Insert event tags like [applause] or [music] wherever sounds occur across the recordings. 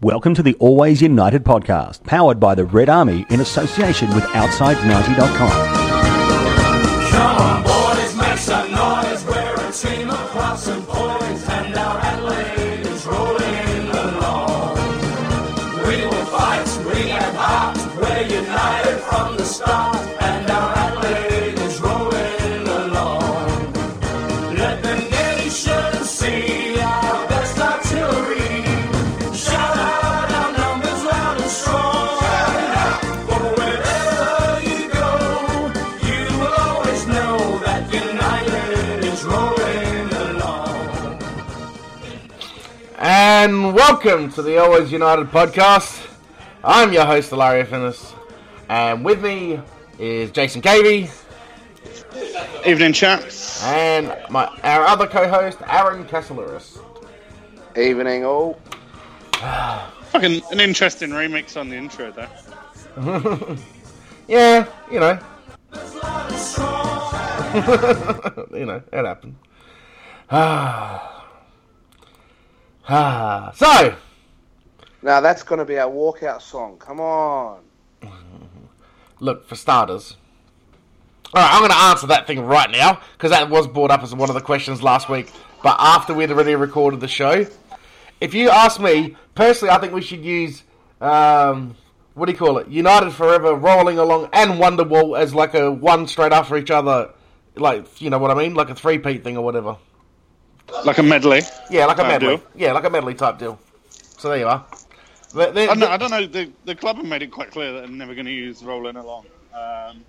Welcome to the Always United podcast, powered by the Red Army in association with Outside90.com. Come on, boys, make some noise. We're a team of plus and boys, and our Adelaide is rolling along. We will fight, we have heart, we're united from the start, and our Adelaide is rolling along. Let the nation see our best artillery. Shout out our numbers loud and strong. For wherever you go, you will always know that United is rolling along. And welcome to the Always United podcast. I'm your host, Ilaria Finnis, and with me is Jason Cavey Evening, chaps. and my our other co-host, Aaron Casselaris. Evening all. Fucking an interesting remix on the intro there. Yeah, you know, Strong. you know, it happened. [sighs] Ah, ah. So, Now that's going to be our walkout song. Come on. look for starters. All right, I'm going to answer that thing right now because that was brought up as one of the questions last week. But after we'd already recorded the show, if you ask me personally, I think we should use um, what do you call it? United Forever, Rolling Along, and Wonderwall as like a one straight after each other, like you know what I mean, like a three-peat thing or whatever. Like a medley. Yeah, like a Type medley. deal. Yeah, like a medley type deal. So there you are. They- they- I don't, I don't know. The, the club have made it quite clear that they're never going to use rolling along. Um,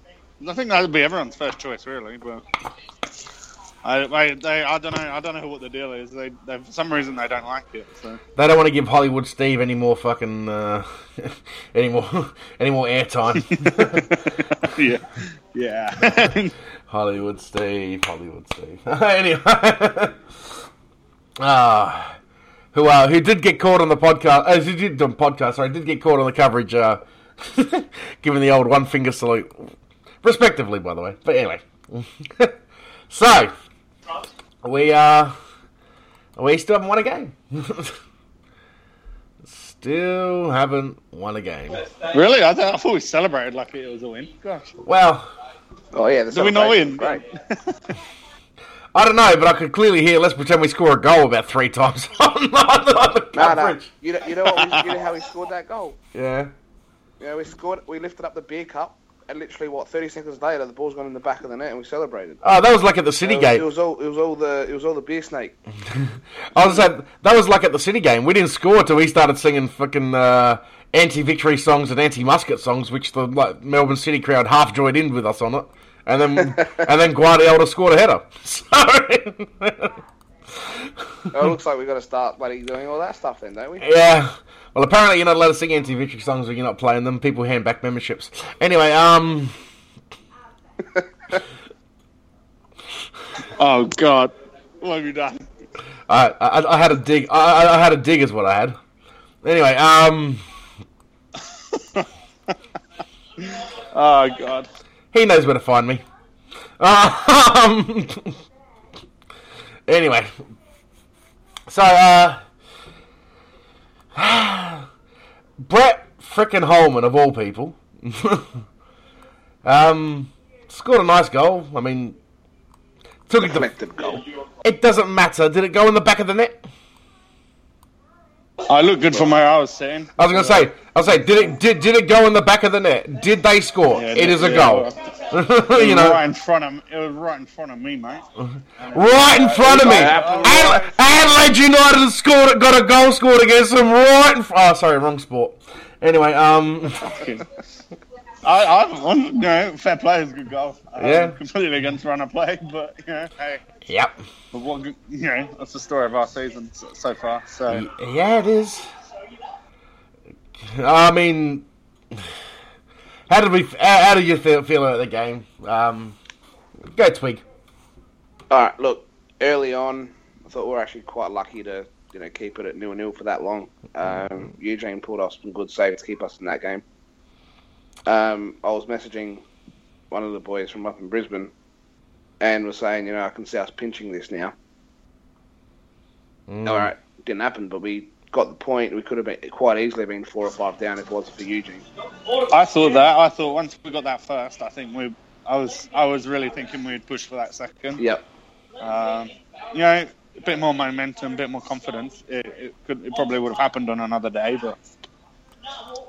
I think that would be everyone's first choice, really. But I, I, they, I don't know. I don't know what the deal is. They, they, for some reason, they don't like it. So They don't want to give Hollywood Steve any more fucking uh, [laughs] any more [laughs] any more airtime. [laughs] yeah, yeah. Hollywood Steve, Hollywood Steve. [laughs] anyway, ah, who uh, who did get caught on the podcast? Uh, who did on podcast? Sorry, did get caught on the coverage, uh, [laughs] giving the old one finger salute, respectively, by the way. But anyway, [laughs] so we uh, we still haven't won a game. [laughs] still haven't won a game. [laughs] really? I, th- I thought we celebrated like it was a win. Gosh, Well. Oh yeah, the did we not win? celebration's Great. I don't know, but I could clearly hear. Let's pretend we score a goal about three times [laughs] on the, on the, on the No, no. coverage. You know, you know what? We, you know how we scored that goal? Yeah, You know, we scored. We lifted up the beer cup, and literally what? Thirty seconds later, the ball's gone in the back of the net, and we celebrated. oh, that was like at the city It was, game. it was all. It was all the. It was all the beer snake. I was saying that was like at the city game. We didn't score till we started singing fucking uh, anti-victory songs and anti-musket songs, which the like, Melbourne City crowd half joined in with us on it. And then [laughs] and then Guardiola scored a header. [laughs] So Oh, it looks like we got to start bloody doing all that stuff then, don't we? yeah. Well, apparently you're not allowed to sing anti-victory songs when you're not playing them. People hand back memberships. Anyway, um. Oh God, what have you done? I, I, I had a dig. I, I- I had a dig, is what I had. Anyway, um, Oh God. he knows where to find me. Um, [laughs] anyway, so uh, [sighs] Brett frickin' Holman of all people, [laughs] um, scored a nice goal. I mean, took it. To, Collected goal. it doesn't matter. Did it go in the back of the net? I look good from where I was sitting. I was gonna say, I was say, did it did, did it go in the back of the net? Did they score? Yeah, it is a yeah, goal. [laughs] you know, right in front of it was right in front of me, mate. right in front of me. absolutely. Adela- Adelaide United has scored, it, got a goal scored against them. Right in front. Oh, sorry, wrong sport. Anyway, um, [laughs] I, I, I'm, you know, fair play is a good goal. I'm Yeah. completely against run of play, [laughs] but you know, hey, yep, but what, good- you know, that's the story of our season so, so far. So yeah, it is. I mean, [sighs] how did we? How, how did you feel, feel about the game? Um, go twig. All right, look, early on, I thought we were actually quite lucky to you know keep it at nil nil for that long. Um, Mm-hmm. Eugene pulled off some good saves to keep us in that game. Um, I was messaging one of the boys from up in Brisbane, and was saying, you Mm. know, I can see us pinching this now. All right, didn't happen, but we got the point. We could have been quite easily been four or five down if it wasn't for Eugene. I thought that. I thought once we got that first, I think we. I was. I was really thinking we'd push for that second. Yep. Um, you know, a bit more momentum, a bit more confidence. It, it could. It probably would have happened on another day, but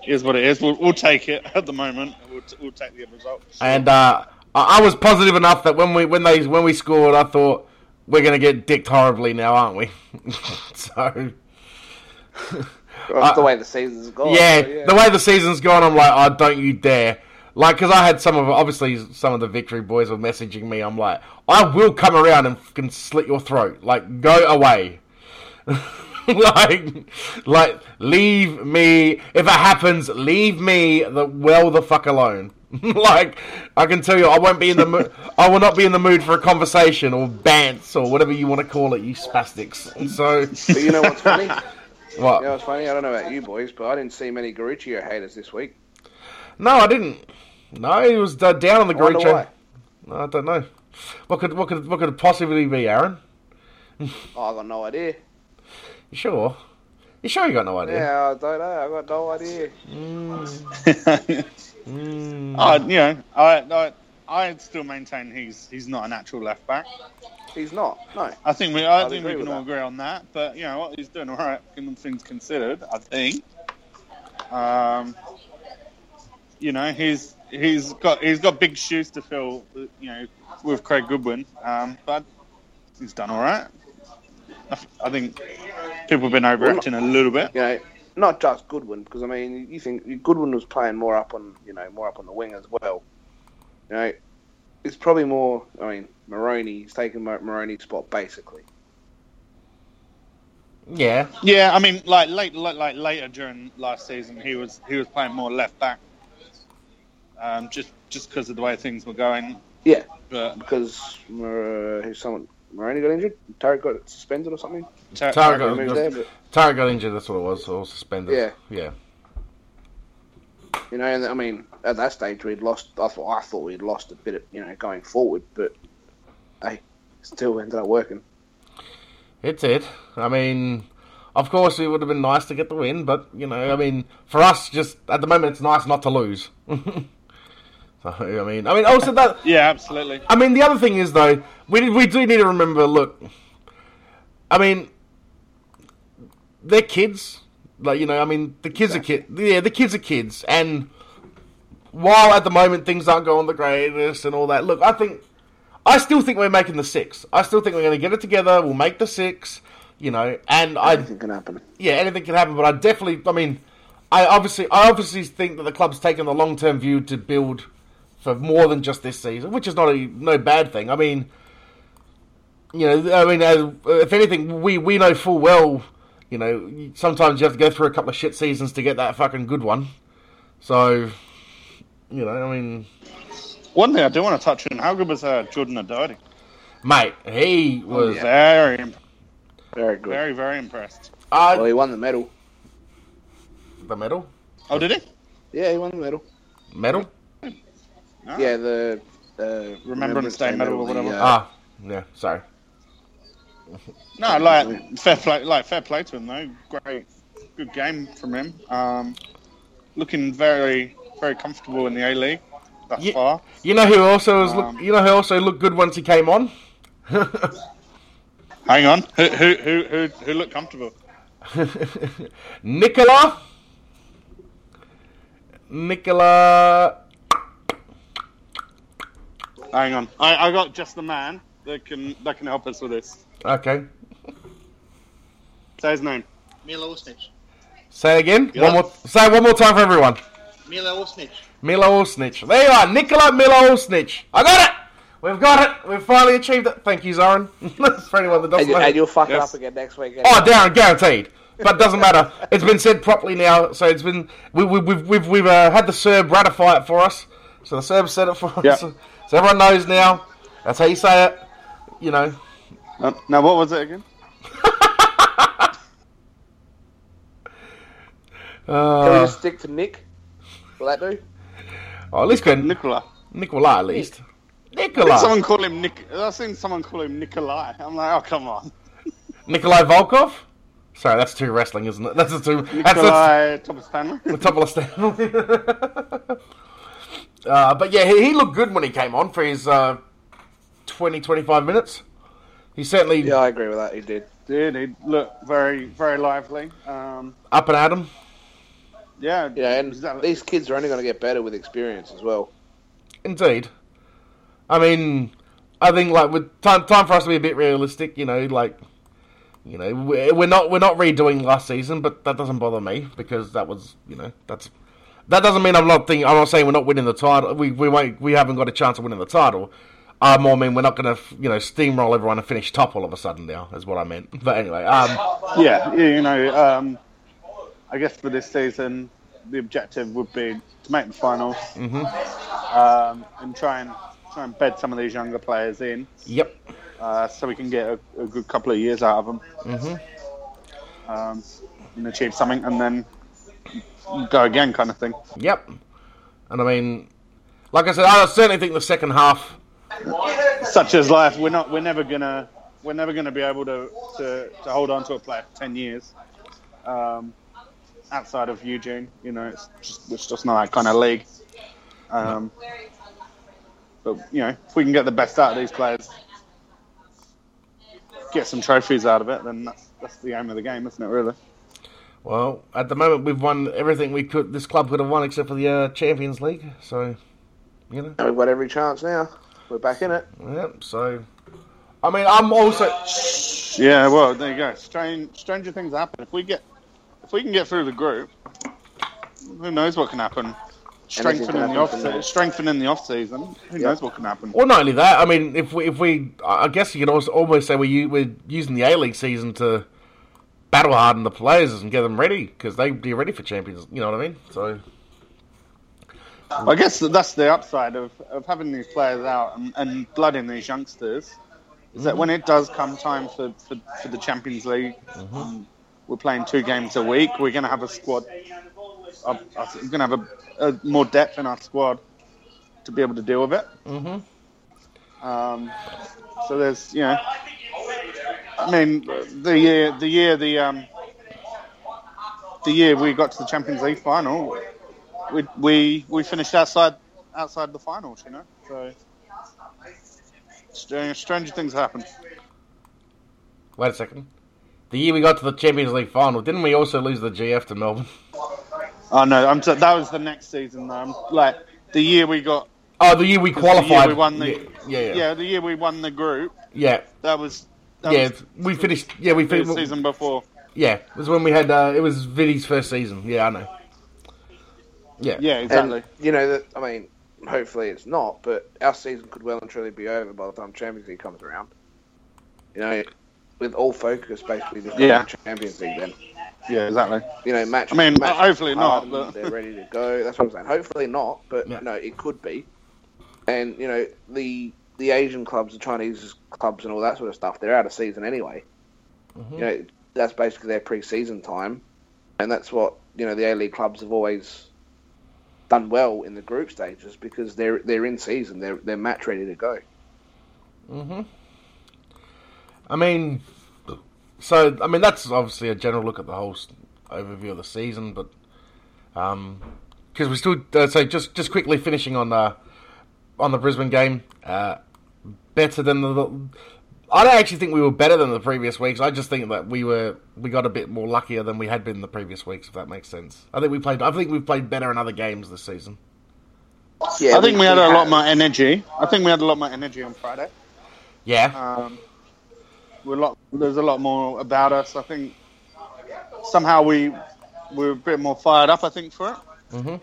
it is what it is. We'll, we'll take it at the moment. We'll, t- we'll take the results. And uh, I I was positive enough that when we when they when we scored, I thought we're going to get dicked horribly now, aren't we? [laughs] so Well, that's the way the season's gone. Uh, yeah, so, the way the season's gone, I'm like, oh, don't you dare. Like, because I had some of, obviously, some of the victory boys were messaging me. I'm like, I will come around and fucking slit your throat. Like, go away. [laughs] like, like, leave me. If it happens, leave me the well the fuck alone. [laughs] like, I can tell you, I won't be in the mood. I will not be in the mood for a conversation or bants or whatever you want to call it, you spastics. So, But you know what's [laughs] funny? you [laughs] what? know what's funny? I don't know about you boys, but I didn't see many Garuccio haters this week. No, I didn't. No, he was uh, down on the wonder green chain. why. No, I don't know. What could what could what could it possibly be, Aaron? Oh, I got no idea. You sure? You sure you got no idea? Yeah, I don't know. I got no idea. Mm. I, you know, Oh, I, I, I still maintain he's he's not an actual left back. He's not. No. I think we, I I'd think agree we can with all that. agree on that. But you know what, he's doing all right, given things considered. I think. Um, you know, he's he's got he's got big shoes to fill. You know, with Craig Goodwin, um, but he's done all right. I, I think people have been overreacting a little bit. You know, not just Goodwin, because I mean, you think Goodwin was playing more up on, you know, more up on the wing as well. You know, it's probably more. I mean, Maroney. He's taking Mar- Maroney's spot basically. Yeah. Yeah, I mean, like late, like, like later during last season, he was he was playing more left back, um, just just because of the way things were going. Yeah, But because uh, who's someone Maroney got injured. Tarek got suspended or something. Ter- Tara I remember got, that, but Tara got injured. That's what it was. Or suspended. Yeah. Yeah. you know, and I mean, at that stage we'd lost. I thought I thought we'd lost a bit of, you know, going forward, but hey, still ended up working. It's it. I mean, of course, it would have been nice to get the win, but you know, I mean, for us, just at the moment, it's nice not to lose. [laughs] so I mean, I mean, also that yeah, absolutely. I mean, the other thing is though, we we do need to remember. Look, I mean, they're kids. Like you know, I mean, the kids are kids. Yeah, the kids are kids, and while at the moment things aren't going the greatest and all that, look, I think I still think we're making the six. I still think we're going to get it together. We'll make the six. You know, and I Anything can happen. yeah, anything can happen. But I definitely, I mean, I obviously, I obviously think that the club's taken the long term view to build for more than just this season, which is not a no bad thing. I mean, you know, I mean, as, if anything, we we know full well, you know, sometimes you have to go through a couple of shit seasons to get that fucking good one. So, you know, I mean, One thing I do want to touch on: how good was uh, Jordan Adoti? mate, he was. Very, imp- Very good. very, very impressed. I- well, he won the medal. the medal, Oh, did he? Yeah, he won the medal. medal. Ah. Yeah, the uh, Remembrance Day medal or the, whatever. uh, Ah, yeah, sorry. No, like fair play, like fair play to him though. Great, good game from him. Um, looking very, very comfortable in the A League thus Ye- far. You know who also was Um, look, you know who also looked good once he came on? [laughs] Hang on, who, who, who, who, who looked comfortable? Nicola Nicola Hang on, I, I got just the man that can that can help us with this. Okay. Say his name. Milo Osnich. Say again. Yeah. One more say it one more time for everyone. Milo Osnich. Milo Olsnich. There you are, Nicola Milo Olsnich. I got it! We've got it! We've finally achieved it. Thank you, Zoran. [laughs] for anyone that and, doesn't you, know. and you'll fuck it Yes. up again next week. Oh, Darren, guaranteed. But doesn't matter. It's been said properly now, so it's been we, we, we've we've we've uh, had the Serb ratify it for us. So the Serb said it for Yeah. us. So everyone knows now. That's how you say it. You know. Uh, now what was it again? Can we Uh, just stick to Nick? Will that do? oh, at least can Nicola. Nicola at least. I think Nicola. someone call him Nick. I seen someone call him Nikolai. I'm like, oh come on. Nikolai Volkov. Sorry, that's too wrestling, isn't it? That's a too. [laughs] That's, that's Nikolai Thomas [laughs] Stanley. the top of the stand. [laughs] uh, but yeah, he, he looked good when he came on for his uh, 20, 25 minutes. He certainly Yeah, I agree with that. He did. Did he looked very, very lively? Um, up and at him. yeah, Yeah, and exactly. these kids are only going to get better with experience as well. Indeed. I mean, I think like with time time for us to be a bit realistic, you know, like you know, we're we're not we're not redoing last season, but that doesn't bother me because that was you know that's that doesn't mean I'm not thinking I'm not saying we're not winning the title. We we won't we haven't got a chance of winning the title. I more mean we're not going to you know steamroll everyone and finish top all of a sudden now is what I meant. [laughs] But anyway, um, yeah, you know, um, I guess for this season, the objective would be to make the finals Mm-hmm. um, and try and try and bed some of these younger players in, yep, uh, so we can get a, a good couple of years out of them um, and achieve something, and then go again, kind of thing. yep. And I mean, like I said, I certainly think the second half Such as life, we're not, we're never gonna, we're never gonna be able to to, to hold on to a player for ten years. Um, outside of Eugene, you know, it's just it's just not that kind of league. Um, But you know, if we can get the best out of these players, get some trophies out of it, then that's that's the aim of the game, isn't it? Really? Well, at the moment we've won everything we could. This club could have won except for the uh, Champions League. So, you know, And we've got every chance now. We're back in it. yeah. So, I mean, I'm also Yeah. Well, there you go. Strange, stranger things happen. If we get, if we can get through the group, who knows what can happen? Strengthening can the happen off, from there. strengthening the off season. Who knows what can happen? Well, not only that. I mean, if we, if we, I guess you could also almost say we're u- we're using the A League season to battle harden the players and get them ready because they be ready for Champions. You know what I mean? So, I guess that that's the upside of, of having these players out and, and blooding these youngsters is that when it does come time for, for, for the Champions League, um, we're playing two games a week. We're going to have a squad. We're going to have a, a more depth in our squad to be able to deal with it. Mm-hmm. Um, so there's you know, I mean the year the year the um, the year we got to the Champions League final, we we, we finished outside outside the finals, you know. So str- stranger things happen. wait a second. The year we got to the Champions League final, didn't we also lose the GF to Melbourne? [laughs] Oh no, I'm t- that was the next season though. I'm, like the year we got Oh, the year we qualified. the year we won the yeah, yeah, yeah. yeah the year we won the group. yeah. That was that Yeah, was we finished. Yeah, we the finished. season before. Yeah, it was when we had. Uh, it was Vinny's first season. Yeah, I know. Yeah, Yeah, exactly. And, you know, that, I mean, hopefully it's not, but our season could well and truly be over by the time Champions League comes around. You know, with all focus basically just on Yeah. the Champions League then. yeah, exactly. You know, match. I mean, match hopefully not, hardened, but- They're ready to go. That's what I'm saying. Hopefully not, but Yeah. no, it could be. And you know, the the Asian clubs, the Chinese clubs, and all that sort of stuff, they're out of season anyway. You know, that's basically their pre-season time, and that's what you know the A League clubs have always done well in the group stages because they're they're in season, they're they're match ready to go. I mean, so I mean that's obviously a general look at the whole s- overview of the season, but um, because we still uh, so just just quickly finishing on uh on the Brisbane game, uh, better than the. the I don't actually think we were better than the previous weeks. I just think that we were we got a bit more luckier than we had been the previous weeks. If that makes sense, I think we played. I think we've played better in other games this season. Yeah, I think we had a lot more energy. I think we had a lot more energy on Friday. Yeah, Um, we're a lot. There's a lot more about us. I think somehow we we're a bit more fired up. I think for it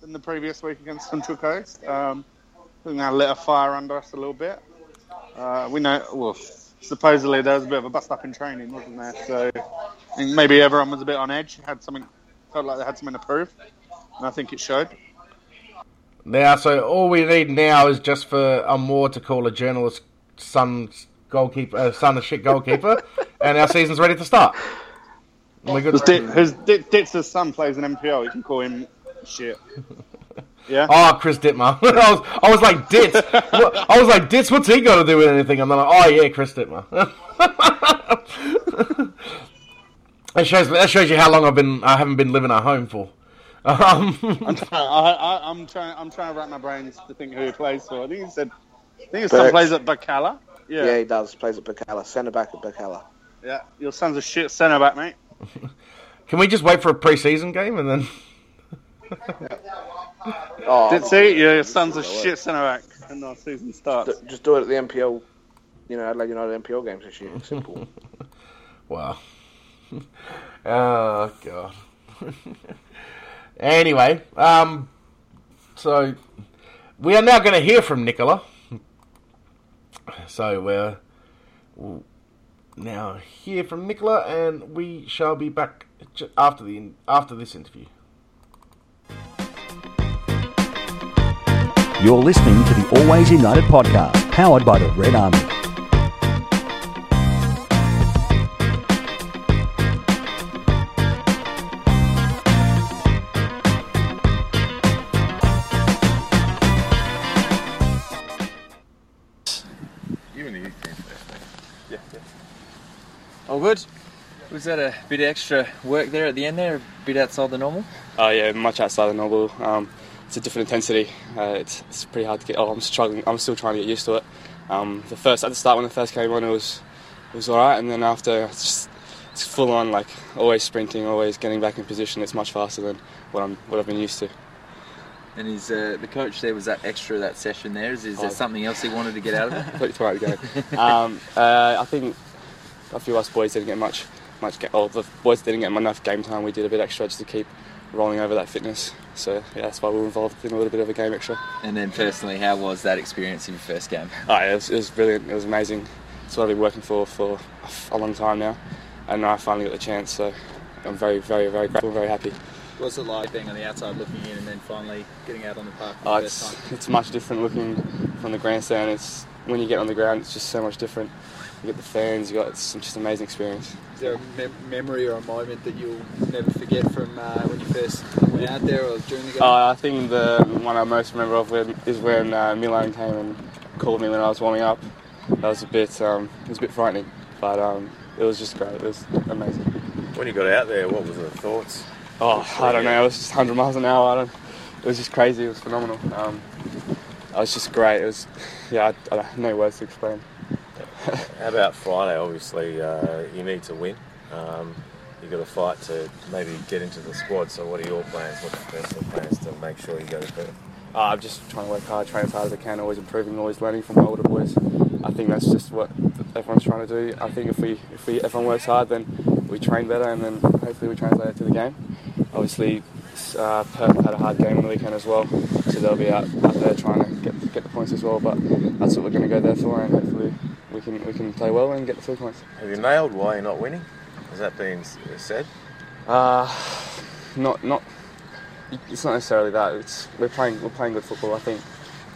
than the previous week against Central Coast. Um, I think that lit a fire under us a little bit. Uh, we know. Well, supposedly there was a bit of a bust up in training, wasn't there? So I think maybe everyone was a bit on edge. Had something felt like they had something to prove, and I think it showed. Now, so all we need now is just for a Moore to call a journalist son goalkeeper, uh, son of shit goalkeeper, and our season's ready to start. We good. Because Di- his Di- Ditz's son plays an MPL, you can call him shit. Yeah. Oh, Chris Dittmer. [laughs] I was, I was like, Ditz. What- I was like, Ditz. What's he got to do with anything? And then, like, oh yeah, Chris Dittmer. [laughs] That shows that shows you how long I've been I haven't been living at home for. [laughs] Um, [laughs] I'm trying. I, I, I'm trying. I'm trying to wrap my brains to think who he plays for. I think he said. I think his son Burke. plays at Bacala. Yeah, Yeah, he does. Plays at Bacala. Centre back at Bacala. yeah. Your son's a shit centre back, mate. can we just wait for a preseason game and then? Oh, Did see? Your son's a shit centre back, and the season starts. [laughs] D- just do it at the NPL. You know, Adelaide United NPL games this year. Simple. Wow. [laughs] oh god. [laughs] anyway, um, so we are now going to hear from Nicola. So we're we'll now hear from Nicola, and we shall be back ju- after the after this interview. You're listening to the Always United podcast, powered by the Red Army. All good. Was that a bit extra work there at the end there? A bit outside the normal? Oh yeah, much outside the normal. Um, it's a different intensity. Uh, it's, it's pretty hard to get. Oh, I'm struggling. I'm still trying to get used to it. Um, the first at the start when the first came on, it was it was all right, and then after it's just it's full on like always sprinting, always getting back in position. It's much faster than what I'm what I've been used to. And is uh, the coach there? Was that extra that session there? Is, is there Oh. something else he wanted to get out [laughs] of it? Completely throw out the game. Um, uh, I think a few of us boys didn't get much much. Ga- oh, the boys didn't get enough game time. We did a bit extra just to keep rolling over that fitness. So yeah, that's why we were involved in a little bit of a game extra. And then personally, how was that experience in your first game? Oh, it, was, it was brilliant. It was amazing. It's what I've been working for for a long time now, and now I finally got the chance. So I'm very, very, very grateful. Very happy. What's it like being on the outside looking in and then finally getting out on the park for Uh, the first it's time? it's much different looking from the grandstand. It's when you get on the ground, it's just so much different. You get the fans. You got it's just an amazing experience. Is there a mem- memory or a moment that you'll never forget from uh, when you first went out there or during the game? Uh, I think the one I most remember of when, is when uh, Milan came and called me when I was warming up. That was a bit um, it was a bit frightening, but um, it was just great. It was amazing. When you got out there, what was the thoughts? Oh, I don't know. It was just 100 miles an hour. I don't, it was just crazy. It was phenomenal. Um, it was just great. It was, yeah, I, I don't, no words to explain. How about Friday? Obviously, uh, you need to win. Um, you got to fight to maybe get into the squad. So, what are your plans? What's your personal plans to make sure you go to better? Uh, I'm just trying to work hard, train as hard as I can, always improving, always learning from my older boys. I think that's just what everyone's trying to do. I think if we, if we, everyone works hard, then we train better, and then hopefully we translate it to the game. Obviously, s- uh, Perth had a hard game on the weekend as well, so they'll be out, out there trying to get, get the points as well. But that's what we're going to go there for, and hopefully we can we can play well and get the three points. Have you nailed why you're not winning? Has that been s- said? Uh, not not. It's not necessarily that. It's we're playing we're playing good football. I think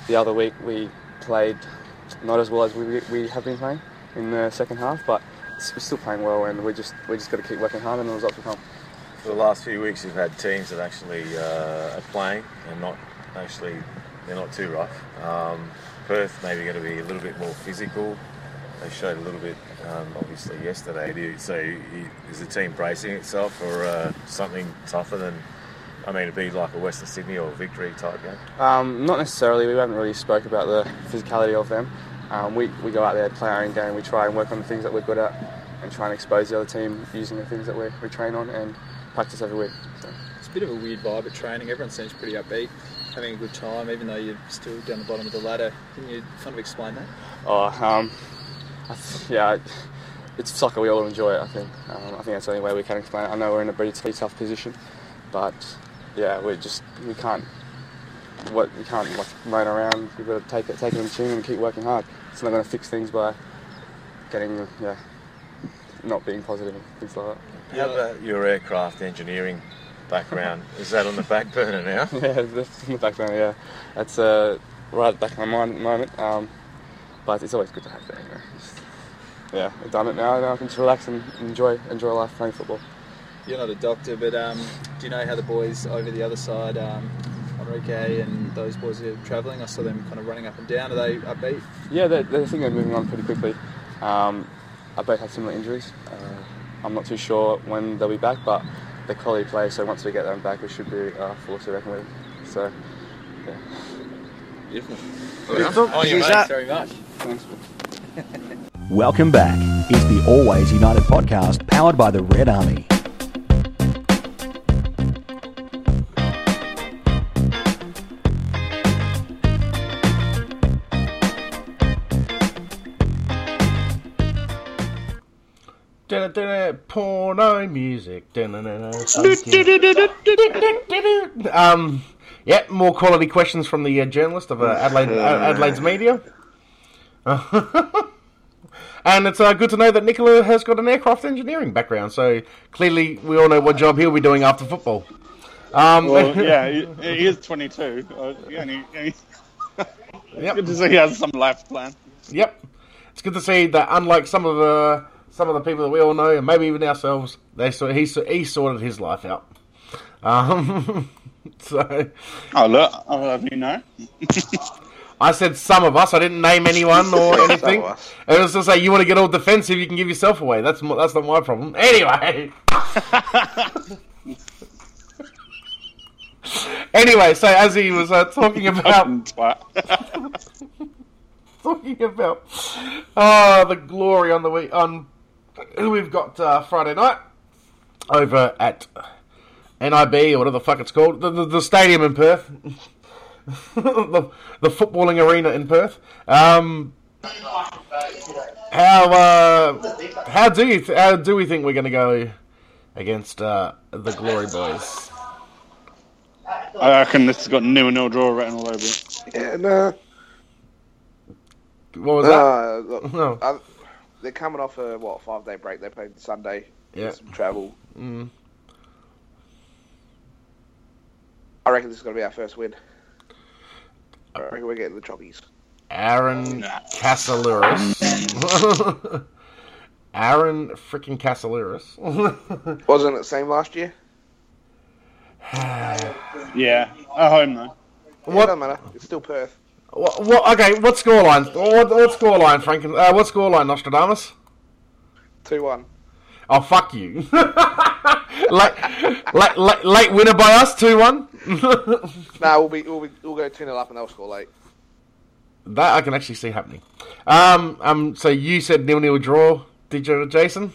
the other week we played not as well as we, we have been playing in the second half, but s- we're still playing well, and we just we just got to keep working hard, and the results will come. For the last few weeks, you've had teams that actually uh, are playing and not actually they're not too rough. Um, Perth maybe going to be a little bit more physical. They showed a little bit, um, obviously, yesterday. Do you, so, you, is the team bracing itself for uh, something tougher than? I mean, it'd be like a Western Sydney or Victory type game. Um, not necessarily. We haven't really spoke about the physicality of them. Um, we, we go out there, play our own game. We try and work on the things that we're good at, and try and expose the other team using the things that we, we train on and practice every week. So. It's a bit of a weird vibe at training. Everyone seems pretty upbeat, having a good time, even though you're still down the bottom of the ladder. Can you kind of explain that? Oh, um, I th- yeah, it- it's soccer. We all enjoy it. I think. Um, I think that's the only way we can explain it. I know we're in a pretty, pretty tough position, but yeah, we just we can't. What we can't like moan around. We've got to take it, take it in tune, and keep working hard. It's not going to fix things by getting yeah, not being positive and things like How about your aircraft engineering background? is that on the back burner now? that. Yeah, [laughs] that's in the background. Yeah, that's uh, right at the back of my mind at the moment. Um, but it's always good to have that. You know. Just- yeah, I've done it now. Now I can just relax and enjoy enjoy life playing football. You're not a doctor, but um, do you know how the boys over the other side, um, Enrique and those boys are travelling? I saw them kind of running up and down. Are they upbeat? Yeah, they, they think they're moving on pretty quickly. Um, I both had similar injuries. Uh, I'm not too sure when they'll be back, but they're quality players, so once we get them back, we should be uh, forced to reckon with. So, yeah. Beautiful. Oh, Thanks mate. very much. Thanks. Welcome back. It's the Always United podcast powered by the Red Army. Da-da-da-da, Porno music. Da-da-da-da, funky. [laughs] Um, yeah, more quality questions from the uh, journalist of uh, Adelaide, uh, Adelaide's media. [laughs] and it's uh, good to know that Nicola has got an aircraft engineering background, so clearly we all know what job he'll be doing after football. Um, Well, yeah, he, he is 22. Uh, yeah, and he, and he- Yep. Good to see he has some life plan. Yep. It's good to see that unlike some of the some of the people that we all know, and maybe even ourselves, they sort he sor- he sorted his life out. Um, [laughs] so Oh, look, I'll have you know. I said some of us. I didn't [laughs] name anyone or anything. of us. It was just like you want to get all defensive, you can give yourself away. That's mo- that's not my problem. [laughs] Anyway. anyway, so as he was uh, [laughs] talking about Fucking twat. talking about. Oh, the glory on the week on who we've got uh, Friday night over at NIB or whatever the fuck it's called, the, the, the stadium in Perth, [laughs] the, the footballing arena in Perth. Um, how uh, how do you th- how do we think we're going to go against uh, the Glory Boys? I reckon this has got new and no draw written all over it. [laughs] Yeah, no. What was that? Uh, look, No. I, they're coming off a what five day break. They played Sunday. Yeah. Some travel. Mm. I reckon this is going to be our first win. Uh, I reckon we're getting the choppies. Aaron Casaluris. [laughs] Aaron freaking [laughs] Casaluris. Wasn't it the same last year? Yeah, at home though. Yeah, What- doesn't matter. It's still Perth. what, what, okay, what scoreline? What, what scoreline, Franken? Uh, what scoreline, Nostradamus? Two one. Oh, fuck you. [laughs] late, late, late, late winner by us, 2 1. No, we'll be we'll be we'll go two 0 up and they'll score late. [laughs] that I can actually see happening. Um, um, so you said nil nil draw, did you, Jason?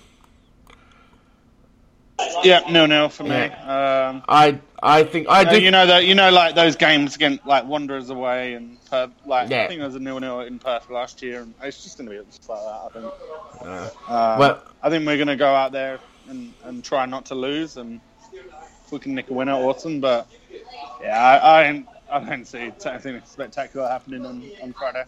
Yeah, no, no for me. Um, I I think I No, do. you know that you know like those games against like Wanderers away and Perth, like Yeah. I think there was a nil nil in Perth last year, and it's just going to be just like that. I think. Uh, Uh, well, I think we're going to go out there and, and try not to lose, and if we can nick a win at Autumn, but yeah, I I, ain't- I don't see anything spectacular happening on, on Friday.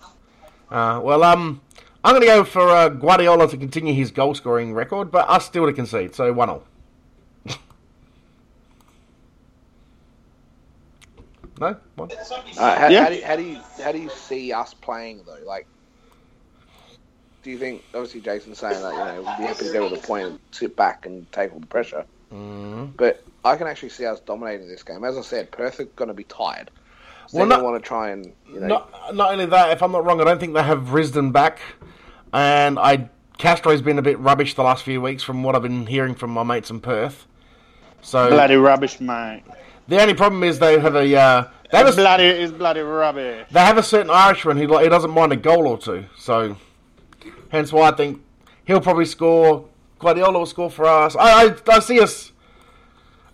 Uh, well, um, I'm going to go for uh, Guardiola to continue his goal scoring record, but us still to concede, so 1 0. [laughs] no? One? Uh, how, Yeah. how, do, how do you how do you see us playing though? Like, do you think obviously Jason's saying that you know we'd be happy to go with a point and sit back and take all the pressure, Mm-hmm. but I can actually see us dominating this game. As I said, Perth are going to be tired. So Well, they not- want to try and you know Not, not only that, if I'm not wrong, I don't think they have Risden back, and I Castro's been a bit rubbish the last few weeks from what I've been hearing from my mates in Perth. So Bloody rubbish, mate. the only problem is they have a uh, they have a, bloody is bloody rubbish. they have a certain Irishman who like, he doesn't mind a goal or two. So, hence why I think he'll probably score. Guardiola will score for us. I, I, I see us.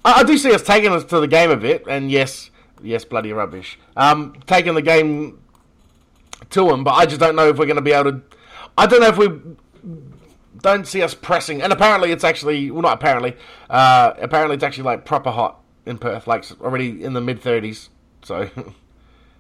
I, I do see us taking us to the game a bit, and yes, yes, bloody rubbish. Um, taking the game to him, but I just don't know if we're going to be able to. I don't know if we don't see us pressing. And apparently, it's actually well, not apparently. Uh, apparently, it's actually like proper hot in Perth, like it's already in the mid thirties. So. [laughs]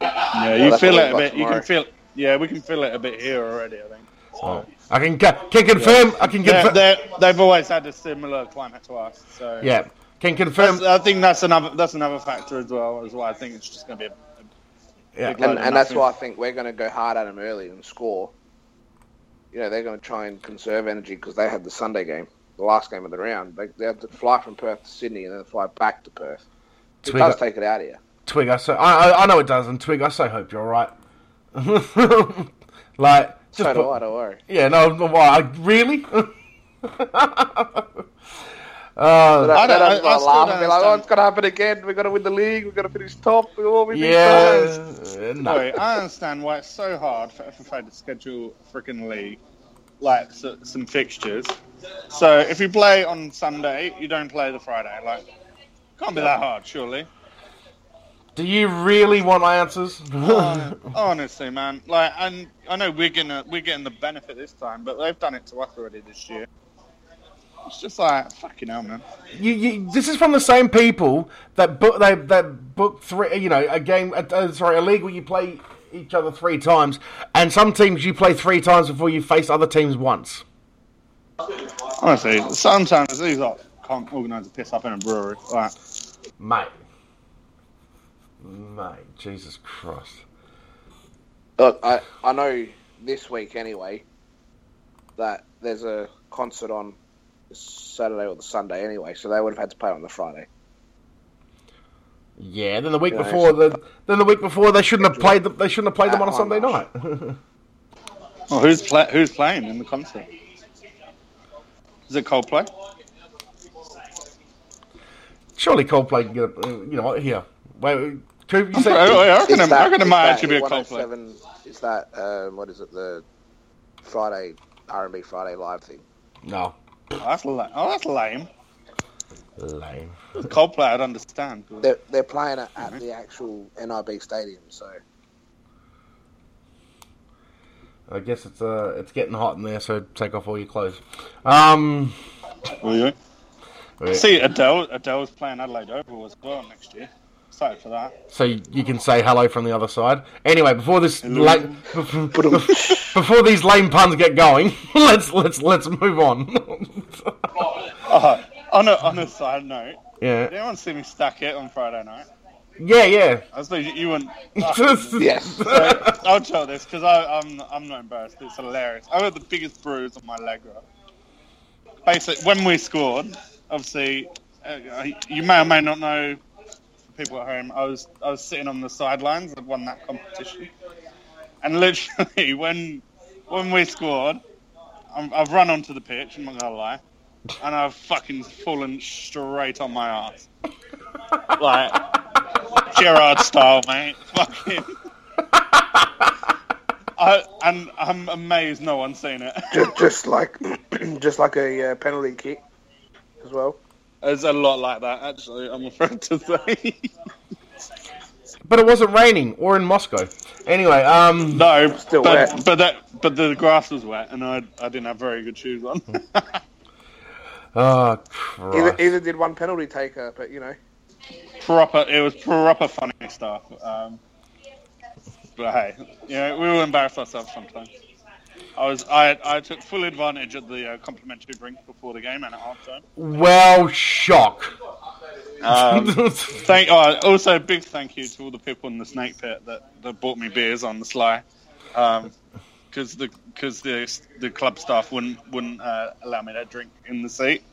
Yeah, you that's feel what it a we've got bit. You can tomorrow. feel. Yeah, we can feel it a bit here already. I think. Oh. I can ca- can confirm. I can Yeah, confirm. they they've always had a similar climate to us. So yeah, can confirm. That's- I think that's another that's another factor as well. Is why I think it's just going to be. A, Yeah. big load and, of and that's nothing. why I think we're going to go hard at them early and score. You know, they're going to try and conserve energy because they had the Sunday game, the last game of the round. They, they had to fly from Perth to Sydney and then fly back to Perth. It Twigger. does take it out of you. Twig, I so I, I I know it does, and Twig, I so hope you're all [laughs] right. like just So do put- I, don't worry. yeah, no, no, why I, really. [laughs] Oh, That, I that don't- I- doesn't I want to still laugh don't and be like, oh, understand. it's going to happen again. We're going to win the league. We're going to finish top. We've all been yeah. big uh, No. Sorry, I understand why it's so hard for FFA to schedule a freaking league, like s some fixtures. So if you play on Sunday, you don't play the Friday. Like, can't be that hard, surely. Do you really want my answers? Uh, Honestly, man. Like, and I know we're gonna we're getting the benefit this time, but they've done it to us already this year. It's just like fucking hell, man. you, you, this is from the same people that book they that book three. You know, a game. uh, Uh, sorry, a league where you play each other three times, and some teams you play three times before you face other teams once. Honestly, sometimes these like can't organise a piss up in a brewery. Like, Mate, mate, Jesus Christ! Look, I, I know this week anyway that there's a concert on the Saturday or the Sunday anyway, so they would have had to play on the Friday. Yeah, then the week Yeah, before, the, then the week before they shouldn't have played. The, they shouldn't have played them on a That Sunday one, night. [laughs] well, who's pla who's playing in the concert? Is it [laughs] Coldplay? Surely Coldplay can get. A, uh, you know what? Here, wait. [laughs] Coop, you I, said, I reckon, It's I reckon it it's might that actually be a Coldplay. 107 It's that, um, what is it, the Friday, R&B Friday live thing. no, Oh, that's, la- oh, that's lame. lame. If it was Coldplay, I'd understand. They're, they're playing it Mm-hmm. at the actual NIB stadium, so [laughs] I guess it's uh, it's getting hot in there, so take off all your clothes. Um, Will you? yeah. See, Adele Adele's playing Adelaide Oval as well next year. Excited for that. so you you can say hello from the other side. Anyway, before this lame, before, before these lame puns get going, [laughs] let's let's let's move on. [laughs] Oh, on a on a side note, did yeah, anyone see me stack it on Friday night? yeah, yeah. [laughs] I suppose you, you wouldn't. yes. So, I'll tell this because I'm I'm not embarrassed. It's hilarious. I had the biggest bruise on my leg. Right? Basically, when we scored, obviously, uh, you may or may not know. For people at home, I was I was sitting on the sidelines and won that competition, and literally [laughs] when when we scored, I'm, I've run onto the pitch. I'm not gonna lie, and I've fucking fallen straight on my ass, like Gerard style, mate. Fucking. [laughs] I, and I'm amazed no one's seen it. just, just like [clears throat] just like a uh, penalty kick as well. There's a lot like that, actually. I'm afraid to say. But it wasn't raining or in Moscow. Anyway, um, [laughs] no, Still but, wet. but that but the grass was wet, and I I didn't have very good shoes on. Hmm. oh Christ. Either, either did one penalty taker, but you know, [laughs] proper, it was proper funny stuff. Um, but hey, you know, we will embarrass ourselves sometimes. I was I I took full advantage of the uh, complimentary drink before the game and at halftime. well, shock. Um, Thank. Oh, also, a big thank you to all the people in the snake pit that, that bought me beers on the sly, because the because the the club staff wouldn't wouldn't uh, allow me to drink in the seat.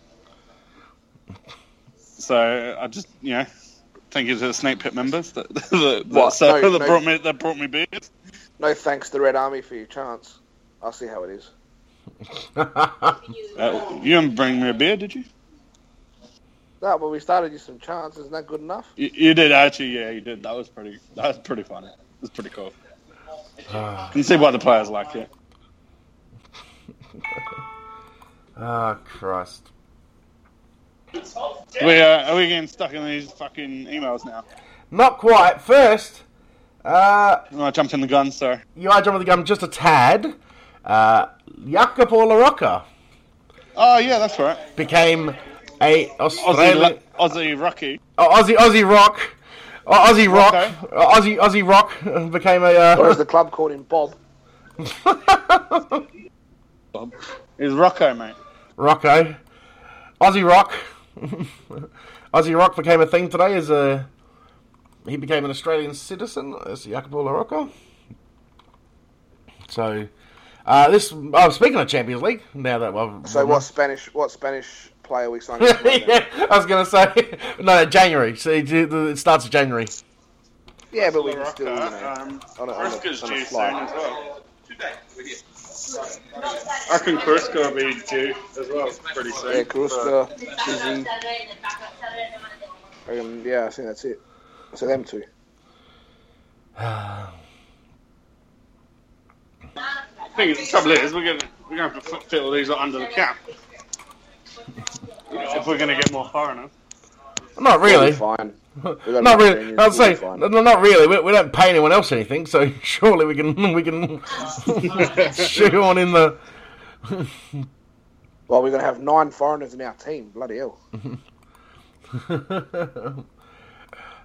So I just you know, thank you to the snake pit members that [laughs] that, that, What? so, No, that no. brought me that brought me beers. no thanks to Red Army for your chance. I'll see how it is. Uh, you didn't bring me a beer, did you? No, but we started you some chance. Isn't that good enough? you? You did actually. Yeah, you did. That was pretty. That was pretty funny. It was pretty cool. Can see why the players like it. oh Christ. We uh, are we getting stuck in these fucking emails now? Not quite. First, uh, Oh, I jumped in the gun, sir. you are jumping the gun just a tad. Uh, Jacopo La Rocca Oh yeah, that's right. became a Aussie, Australian, Lu- Aussie Rocky. Oh, Aussie, Aussie rock, Oh, Aussie rock, Okay. Oh, Aussie, Aussie rock became a. Or as Uh, the club called him, Bob. It's Rocco, mate. Rocco, Aussie rock, [laughs] Aussie rock became a thing today. As a he became an Australian citizen, as Jacopo La Rocca. So, uh, this. Oh, speaking of Champions League, now that well, So what Spanish? What Spanish player we signed? yeah. [laughs] yeah, I was gonna say [laughs] no January. See, it starts in January. yeah, but we can still, Oh, you know, um, on a, on a, on a Briscoe's due soon flight. as well. I think Chris gonna be due as well pretty soon. Yeah, Karuska, Fizzy. Um, yeah, I think that's it. So them two. I think the trouble is we're gonna we're gonna have to fit- fit all these lot under the cap if we're gonna get more foreigners. Not really. Fine. Not really. I'd say no, no, not really. We, we don't pay anyone else anything, so [laughs] surely we can we [laughs] can shoe on in the. Well, we're gonna have nine foreigners in our team. Bloody hell.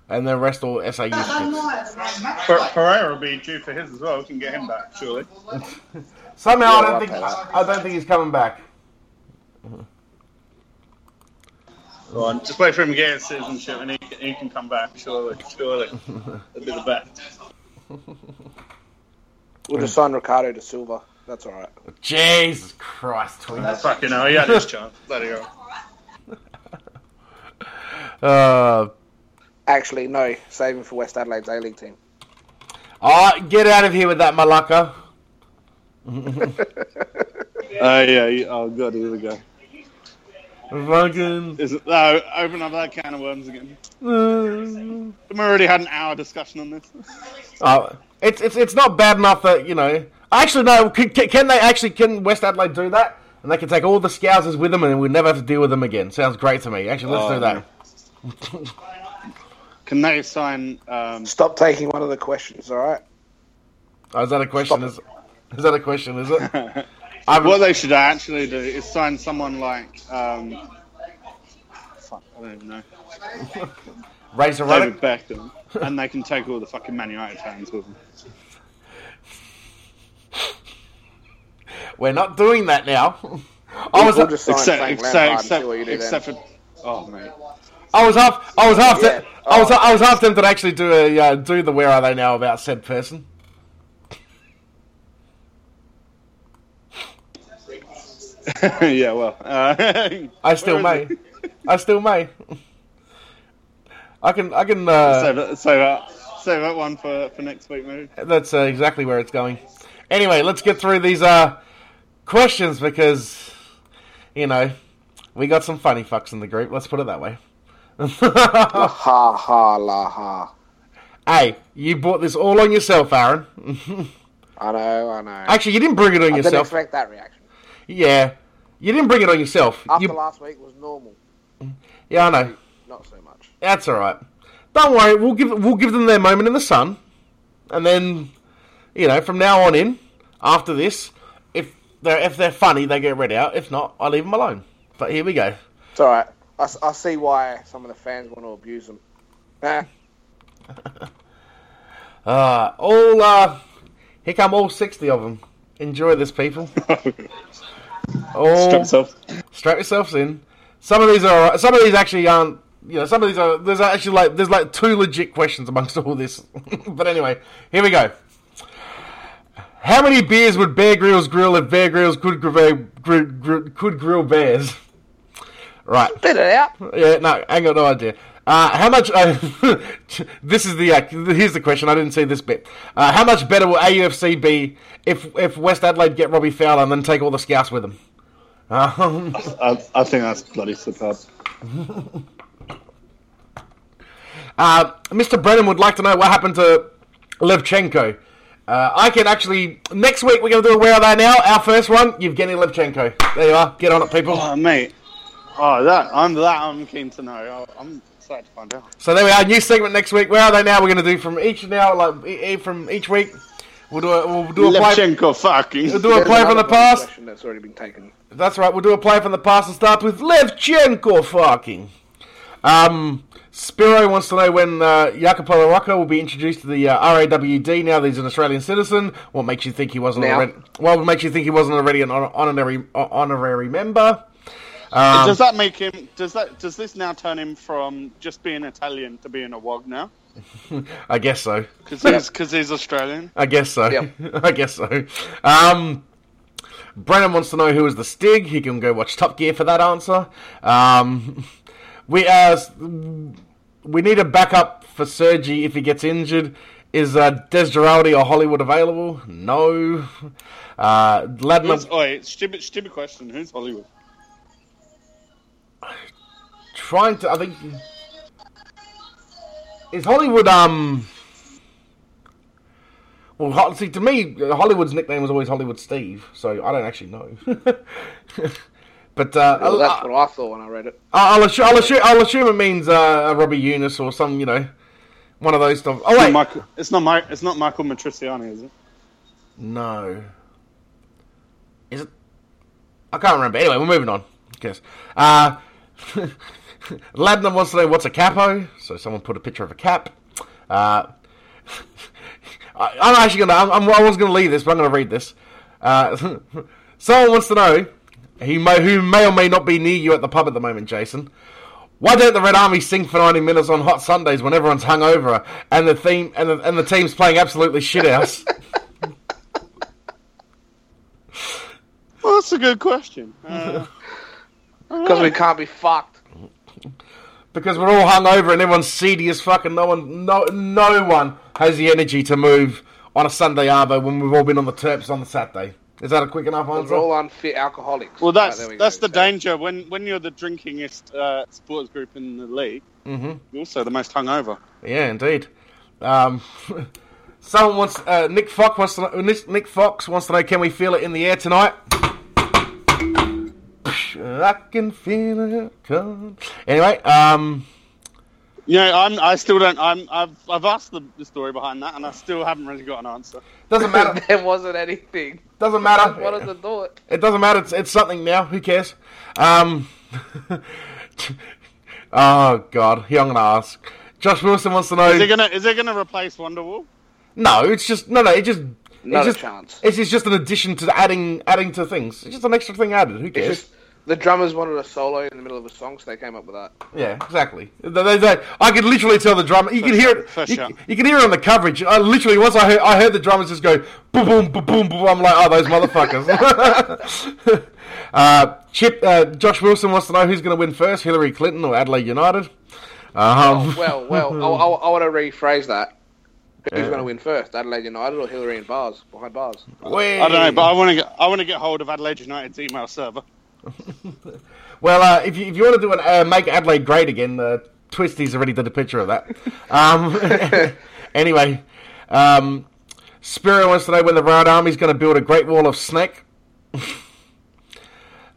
and the rest all SAU kids. Per- Pereira will be due for his as well. We can get him back surely. Somehow I Yeah, don't I'll think pay that. I don't think he's coming back. Go on, just wait for him to get his citizenship and he, can- he can come back surely. Surely, that'd be the best. We'll just sign Ricardo to Silva. That's all right. Jesus Christ, Twins. Fucking hell, he had his chance. Bloody hell. Uh, Actually, no. Save him for West Adelaide's A League team. oh, get out of here with that Malacca. Oh yeah. you- Oh god, here we go. Fucking. Is it, no, open up that can of worms again. uh, We already had an hour discussion on this. Oh, it's it's it's not bad enough that you know. Actually, no. Can, can can they actually? Can West Adelaide do that? And they can take all the Scousers with them, and we'll never have to deal with them again. Sounds great to me. Actually, let's Oh, do that. Can they sign? Um, Stop taking one of the questions. All right. Oh, is that a question? Is, is that a question? Is it? [laughs] I'm, what they should actually do is sign someone like. Um, fuck, I don't even know. Razor David Ruddock. Beckham, and they can take all the fucking Man United fans with them. We're not doing that now. [laughs] I was We'll just sign Except, Frank except, Lampard and except, see what you do except then. for. Oh mate. I was half I was half Yeah. I was I was half tempted to actually do a uh, do the where are they now about said person. [laughs] yeah, well. Uh, I still Where may. is I still may. [laughs] I can I can uh, save that, save that, save that one for, for next week, maybe. That's uh, exactly where it's going. Anyway, let's get through these uh, questions because, you know, we got some funny fucks in the group. Let's put it that way. [laughs] La ha ha la ha. hey, you bought this all on yourself, Aaron. [laughs] I know. I know. Actually, you didn't bring it on I didn't yourself. expect that reaction. Yeah, you didn't bring it on yourself. After You- last week was normal. yeah, I know. Not so much. That's all right. Don't worry. We'll give we'll give them their moment in the sun, and then, you know, from now on in, after this, if they're if they're funny, they get read out. If not, I leave them alone. But here we go. It's all right. I, s- I see why some of the fans want to abuse him. Nah, Uh, all uh, here come all sixty of them. Enjoy this, people. Strip All yourself. strap yourselves in. Some of these are. Some of these actually aren't. You know, some of these are. There's actually like there's like two legit questions amongst all this. [laughs] but anyway, here we go. How many beers would Bear Grylls grill if Bear Grylls could grill, grill, grill, could grill bears? Right. spit it out. Yeah, no, I got no idea. Uh, how much? Uh, [laughs] this is the uh, here's the question. I didn't see this bit. Uh, how much better will AUFC be if if West Adelaide get Robbie Fowler and then take all the scouts with them? [laughs] Um, I, I think that's bloody superb. uh, Mr. Brennan would like to know what happened to Levchenko. Uh, I can actually next week we're going to do a where are they now? Our first one, Evgeny Levchenko. There you are. Get on it, people. Oh, mate. Oh, that I'm that I'm keen to know. I- I'm excited to find out. So there we are. New segment next week. Where are they now? We're going to do from each now, like e- e- from each week. We'll do a, we'll do a play- Levchenko, fucking. We'll do a There's play from another the past. question That's already been taken. That's right. We'll do a play from the past and start with Levchenko fucking. Um, Spiro wants to know when uh, Jacopo Larocca will be introduced to the uh, RAWD now that he's an Australian citizen. What makes you think he wasn't Now. already? Well, what makes you think he wasn't already an hon- honorary honorary member? does that make him? Does that? Does this now turn him from just being Italian to being a wog now? I guess so. Because he's because he's Australian. I guess so. Yep. [laughs] I guess so. Um, Brennan wants to know who is the Stig. He can go watch Top Gear for that answer. Um, [laughs] we uh, s- we need a backup for Sergi if he gets injured. Is uh, Desgeraldi or Hollywood available? No. Uh, Who's, Ladman, oi, stupid, stupid question. Who's Hollywood? trying to. I think is Hollywood. Um. Well, Ho- see, to me, Hollywood's nickname was always Hollywood Steve, so I don't actually know. [laughs] but uh, Well, I- that's what I thought when I read it. I- I'll, assume, I'll, assume, I'll assume it means uh, Robbie Eunice or some, you know, one of those stuff. Oh It's wait, not Michael, it's not, Mi- it's not Michael Matriciani, is it? no, is it? I can't remember. Anyway, we're moving on. Yes. Uh, [laughs] Ladner wants to know what's a capo, so someone put a picture of a cap. Uh, [laughs] I, I'm actually gonna. I'm, I'm, I was gonna leave this, but I'm gonna read this. Uh, [laughs] someone wants to know who may, who may or may not be near you at the pub at the moment, Jason. Why don't the Red Army sing for 90 minutes on hot Sundays when everyone's hungover and the theme and the, and the team's playing absolutely shit house? Well, that's a good question. Uh, Because we can't be fucked. because we're all hungover and everyone's seedy as fuck and no one no no one has the energy to move on a Sunday arvo when we've all been on the terps on the Saturday. Is that a quick enough answer? We're all unfit alcoholics. well, that's Right, Ah, there we go. that's the So, [laughs] danger when when you're the drinkingest uh, sports group in the league. Mhm. You're also the most hungover. Yeah, indeed. Um, [laughs] someone wants uh, Nick Fox wants to know, Nick Nick Fox wants to know can we feel it in the air tonight? I can feel it. Come. Anyway, um, Yeah, I'm. I still don't. I'm. I've. I've asked the, the story behind that, and I still haven't really got an answer. doesn't [laughs] matter. there wasn't anything. Doesn't What does matter. it do? it? It doesn't matter. It's, it's something now. Who cares? Um, [laughs] oh God, yeah, I'm gonna ask. Josh Wilson wants to know. Is it gonna? Is it gonna replace Wonderwall? No, it's just no, no. It just it's Not a just, chance. It's, it's just an addition to adding adding to things. It's just an extra thing added. Who It's cares? just the drummers wanted a solo in the middle of a song, so they came up with that. Yeah, exactly. They- they- they- I could literally tell the drummer. You can hear it. for you, sure. you can hear it on the coverage. I literally once I heard, I heard the drummers just go boom boom boom boom boom. I'm like, oh, those motherfuckers. [laughs] uh, Chip, uh, Josh Wilson wants to know who's going to win first: Hillary Clinton or Adelaide United. Oh, Um, [laughs] Well, well, I, I, I want to rephrase that. Who's Yeah. going to win first, Adelaide United or Hillary and Bars behind bars? wait. I don't know, but I want to get. I want to get hold of Adelaide United's [laughs] email server. Well, uh, if you, if you want to do an uh, make Adelaide great again, uh, Twisty's already did a picture of that. Um, [laughs] anyway, um, Spiro wants to know when the Red Army's going to build a great wall of snack.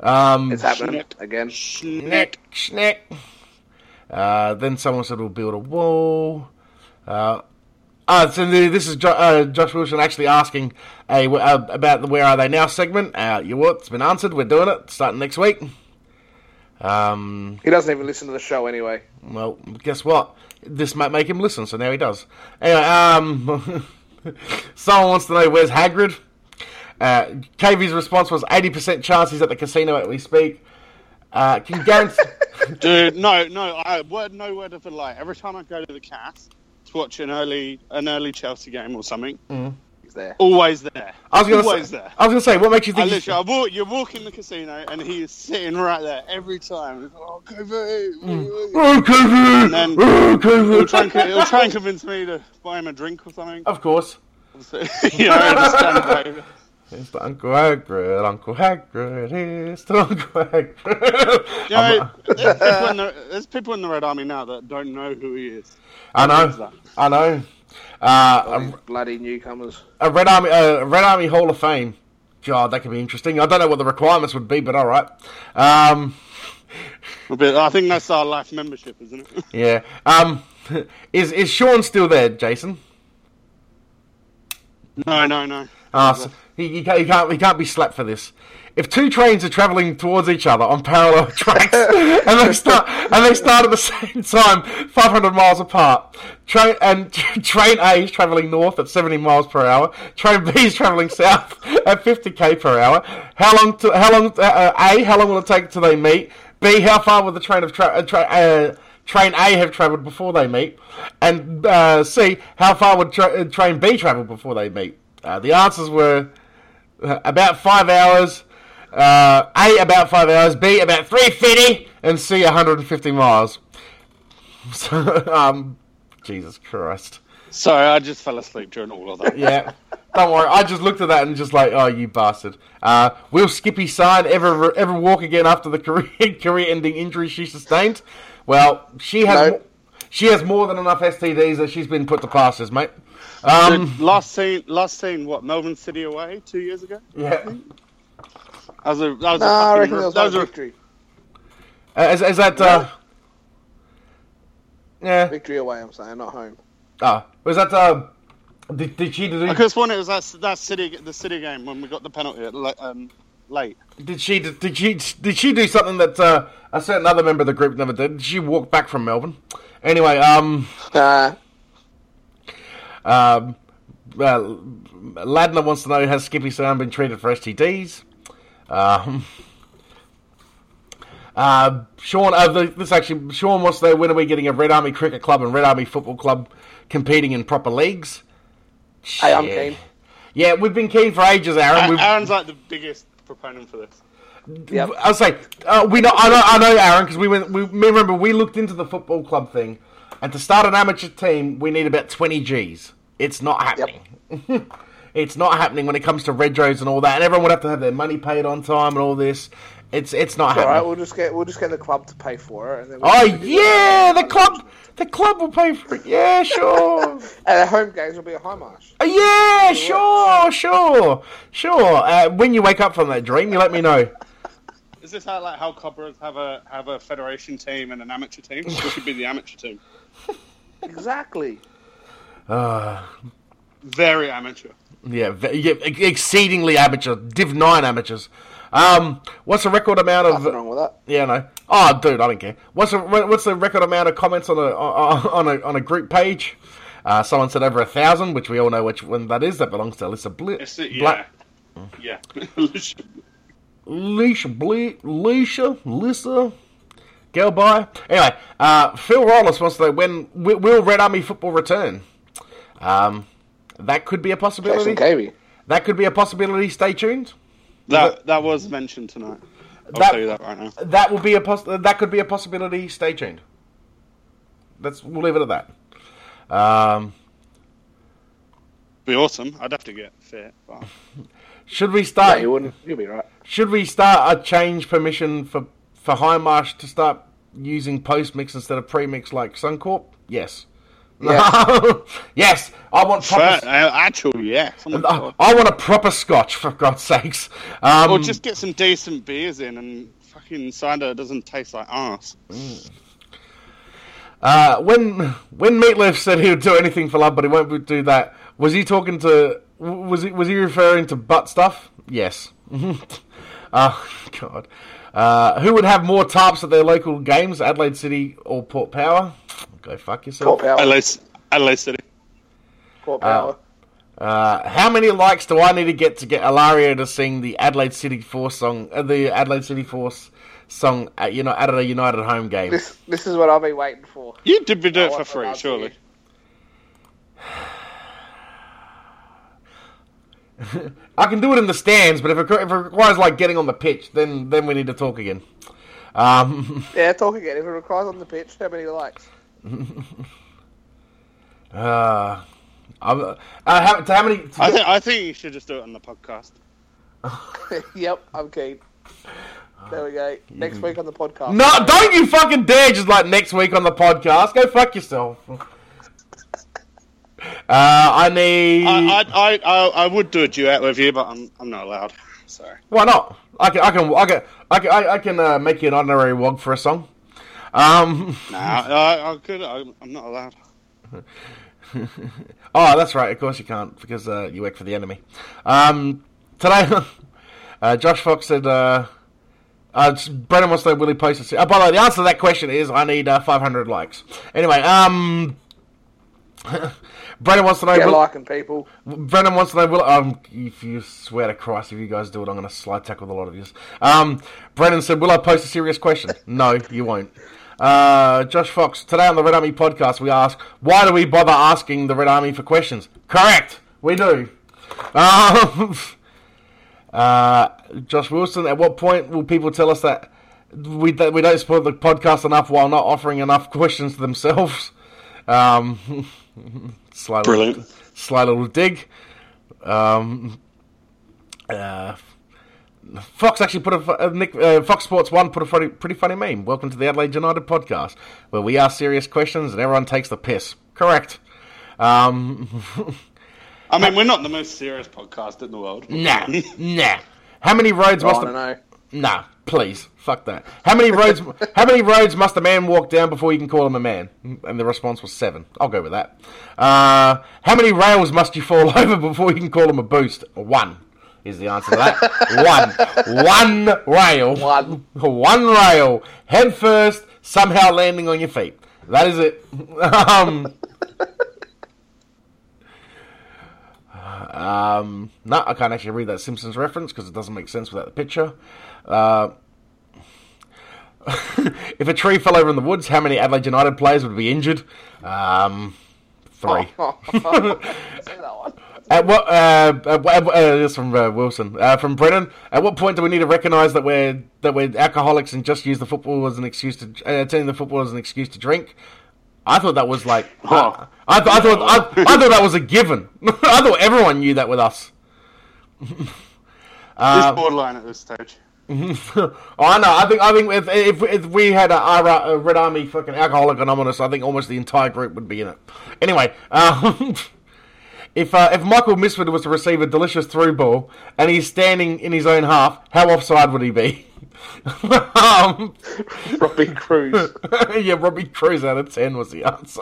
um, It's happening again. snack, snack. Uh, then someone said we'll build a wall. Uh, uh, so the, this is jo- uh, Josh Wilson actually asking a, uh, about the "Where Are They Now" segment. Uh, you what? It's been answered. We're doing it starting next week. Um, He doesn't even listen to the show anyway. well, guess what? This might make him listen, so now he does. Anyway, um, [laughs] someone wants to know where's Hagrid. Uh, KV's response was 80% chance he's at the casino as we speak. Uh, can guarantee. Dude, no, no, I word no word of a lie. Every time I go to the cast to watch an early an early Chelsea game or something, He's there. always there. Mm. I was gonna always say, there. I was gonna say, what makes you I think? literally, I walk, you walk in the casino and he is sitting right there every time. It's like, oh, Kovu, woo, woo." oh, And then Kovu! Oh, Kovu! he'll try, and, co- he'll try and convince me to buy him a drink or something. Of course, So, [laughs] you know, I just stand there. it's the Uncle Hagrid. Uncle Hagrid is the Uncle Hagrid. [laughs] You know, there's, people in the, there's people in the Red Army now that don't know who he is. I know. I know. Uh, I'm- These bloody newcomers. a Red Army, uh, Red Army Hall of Fame. God, that could be interesting. I don't know what the requirements would be, but all right. Um, But I think that's our life membership, isn't it? yeah. Um, [laughs] is is Sean still there, Jason? [laughs] no, no, no. Ah, so he, he, can't, he can't he can't be slapped for this. If two trains are travelling towards each other on parallel [laughs] tracks and they start and they start at the [laughs] same time, 500 miles apart, train and [laughs] train A is travelling north at 70 miles per hour, train B is travelling south [laughs] at 50k per hour. How long to how long uh, uh, A how long will it take till they meet? B how far will the train of tra- uh, tra- uh, train A have travelled before they meet? And uh, C how far would tra- uh, train B travel before they meet? Uh, the answers were uh, about five hours, uh, A, about five hours, B, about [laughs] 350, and C, 150 miles. So, um, Jesus Christ. Sorry, I just fell asleep during all of that. Yeah. Don't worry. I just looked at that and just like, oh, you bastard. Uh, will Skippy Side ever ever walk again after the [laughs] career career ending injury she sustained? Well, she has No. mo- she has more than enough STDs that she's been put to passes, mate. Dude, Um, last seen, last seen, what Melbourne City away two years ago. yeah. That was a, that was No, a I fucking reckon re- that was that one was a- victory. Uh, Is, is that? Uh, yeah. Victory away, I'm saying, not home. Oh, was that? Uh, did, did she I do? could have sworn it was that, that city, the city game when we got the penalty at, le- um, late. Did she? Did she? Did she do something that uh, a certain other member of the group never did? Did she walk back from Melbourne? Anyway, um, Nah, um, uh, Ladner wants to know has Skippy Sound been treated for STDs? Um, [laughs] uh, Sean, uh, the- this actually, Sean wants to know when are we getting a Red Army Cricket Club and Red Army Football Club competing in proper leagues? hey, I'm Shit. keen. Yeah, we've been keen for ages, Aaron. We've, Aaron's like the biggest proponent for this. [laughs] Yep. I'll say uh, we know. I know. I know, Aaron, because we went. We me remember we looked into the football club thing, and to start an amateur team, we need about twenty G's. It's not happening. [laughs] it's not happening when it comes to retros and all that, and everyone would have to have their money paid on time and all this. It's it's not All right, happening. we'll just get we'll just get the club to pay for it. And then we'll Oh do that. yeah, the club. The club will pay for it. Yeah, [laughs] sure. And Uh, the home games will be a high [laughs] marsh. Uh, yeah, sure, sure, sure. Uh, when you wake up from that dream, you let me know. Is this how like how clubbers have a have a federation team and an amateur team? We should be the amateur team. Exactly. Very amateur. Yeah, ve- yeah, ex- exceedingly amateur. Div nine amateurs. Um, what's the record amount Nothing of? wrong with that. Yeah, no. Oh, dude, I don't care. What's the what's the record amount of comments on a on a on a group page? Uh, someone said over a thousand, which we all know which one that is. That belongs to Alyssa Blit. It's the, Bla- yeah, yeah. [laughs] Literally. Leisha Blit, Leisha, Lissa, go by. Anyway, uh, Phil Rollis wants to know when wi- will Red Army football return? Um, that could be a Jason possibility. Cavey. That could be a possibility. Stay tuned. that that was mentioned tonight. I'll That- tell you that right now. That will be a poss- that could be a possibility. Stay tuned. That's we'll leave it at that. Um, Be awesome. I'd have to get fit. But... should we No, start? you wouldn't. You'll be right. should we start a change permission for for Highmarsh to start using post mix instead of pre mix like Suncorp? Yes. Yeah. [laughs] yes. I want Fair, proper. uh, actual, yeah. Oh my I, God. I want a proper Scotch for God's sakes. Um, Or just get some decent beers in and fucking cider doesn't taste like arse. Uh, when when Meatloaf said he would do anything for love, but he won't do that, was he talking to? Was he was he referring to butt stuff? Yes. [laughs] oh God. Uh, who would have more tarps at their local games, Adelaide City or Port Power? Go fuck Port yourself. power. Adelaide, Adelaide City. Port Ah. power. Uh, how many likes do I need to get to get Alario to sing the Adelaide City Force song? Uh, the Adelaide City Force song at you know at a United home game. This this is what I'll be waiting for. You did be doing I Oh, it for want free, surely. Adelaide City. I can do it in the stands, but if it, if it requires like getting on the pitch, then then we need to talk again. Um, Yeah, talk again. If it requires on the pitch, how many likes? [laughs] uh, I'm, uh, how, to how many? I, th- I think you should just do it on the podcast. yep, I'm keen. There we go. Next week on the podcast. no, don't you fucking dare! Just like next week on the podcast, go fuck yourself. [laughs] Uh, I need. I, I, I, I, I would do a duet with you, but I'm, I'm not allowed. [laughs] Sorry. Why not? I can, I can, I can, I can, I, I can uh, make you an honorary wog for a song. Um, [laughs] Nah, I, I could. I'm, I'm not allowed. Oh, that's right. Of course you can't because uh, you work for the enemy. Um, today, [laughs] uh, Josh Fox said, uh, uh, s- "Brendan wants to know will he post a se- Oh, by the way, the answer to that question is I need uh, 500 likes. Anyway, um, [laughs] Brendan wants to know. Get will- liking people. Brennan wants to know, will, um, if you swear to Christ, if you guys do it, I'm going to slide tackle a lot of you. Um, Brennan said, will I post a serious question? No, you won't. Uh, Josh Fox, today on the Red Army podcast, we ask, why do we bother asking the Red Army for questions? Correct, we do. Um, [laughs] uh, Josh Wilson, at what point will people tell us that [laughs] we, that we don't support the podcast enough while not offering enough questions to themselves? Um, [laughs] sly Little, Brilliant. sly little dig. Um, uh, Fox actually put a uh, Nick, uh, Fox Sports One put a funny, pretty funny meme. Welcome to the Adelaide United podcast, where we ask serious questions and everyone takes the piss. Correct. Um, I mean, we're not the most serious podcast in the world. nah, [laughs] nah. How many roads I must don't know. Nah, please, fuck that. How many roads? how many roads must a man walk down before you can call him a man? And the response was seven. I'll go with that. Uh, how many rails must you fall [laughs] over before you can call him a boost? One is the answer to that. one, one rail, One. one rail, head first, somehow landing on your feet. That is it. [laughs] um, Um, no, I can't actually read that Simpsons reference because it doesn't make sense without the picture. Uh, [laughs] if a tree fell over in the woods, how many Adelaide United players would be injured? Um, [laughs] three. Oh. Say that one. [laughs] At what? Uh, at what- uh, this is from uh, Wilson. Uh, from Brennan. At what point do we need to recognise that we're that we're alcoholics and just use the football as an excuse to uh, attending the football as an excuse to drink? I thought that was like. Oh. I, I, th- I thought I, I thought that was a given. [laughs] I thought everyone knew that with us. It's borderline at this stage. oh, I know. I think I think if if, if we had a, Ira- a Red Army fucking Alcoholic Anonymous, I think almost the entire group would be in it. Anyway, um, [laughs] if uh, if Michael Misford was to receive a delicious through ball and he's standing in his own half, how offside would he be? [laughs] um, [laughs] Robbie Cruz. yeah, Robbie Cruz out of ten was the answer.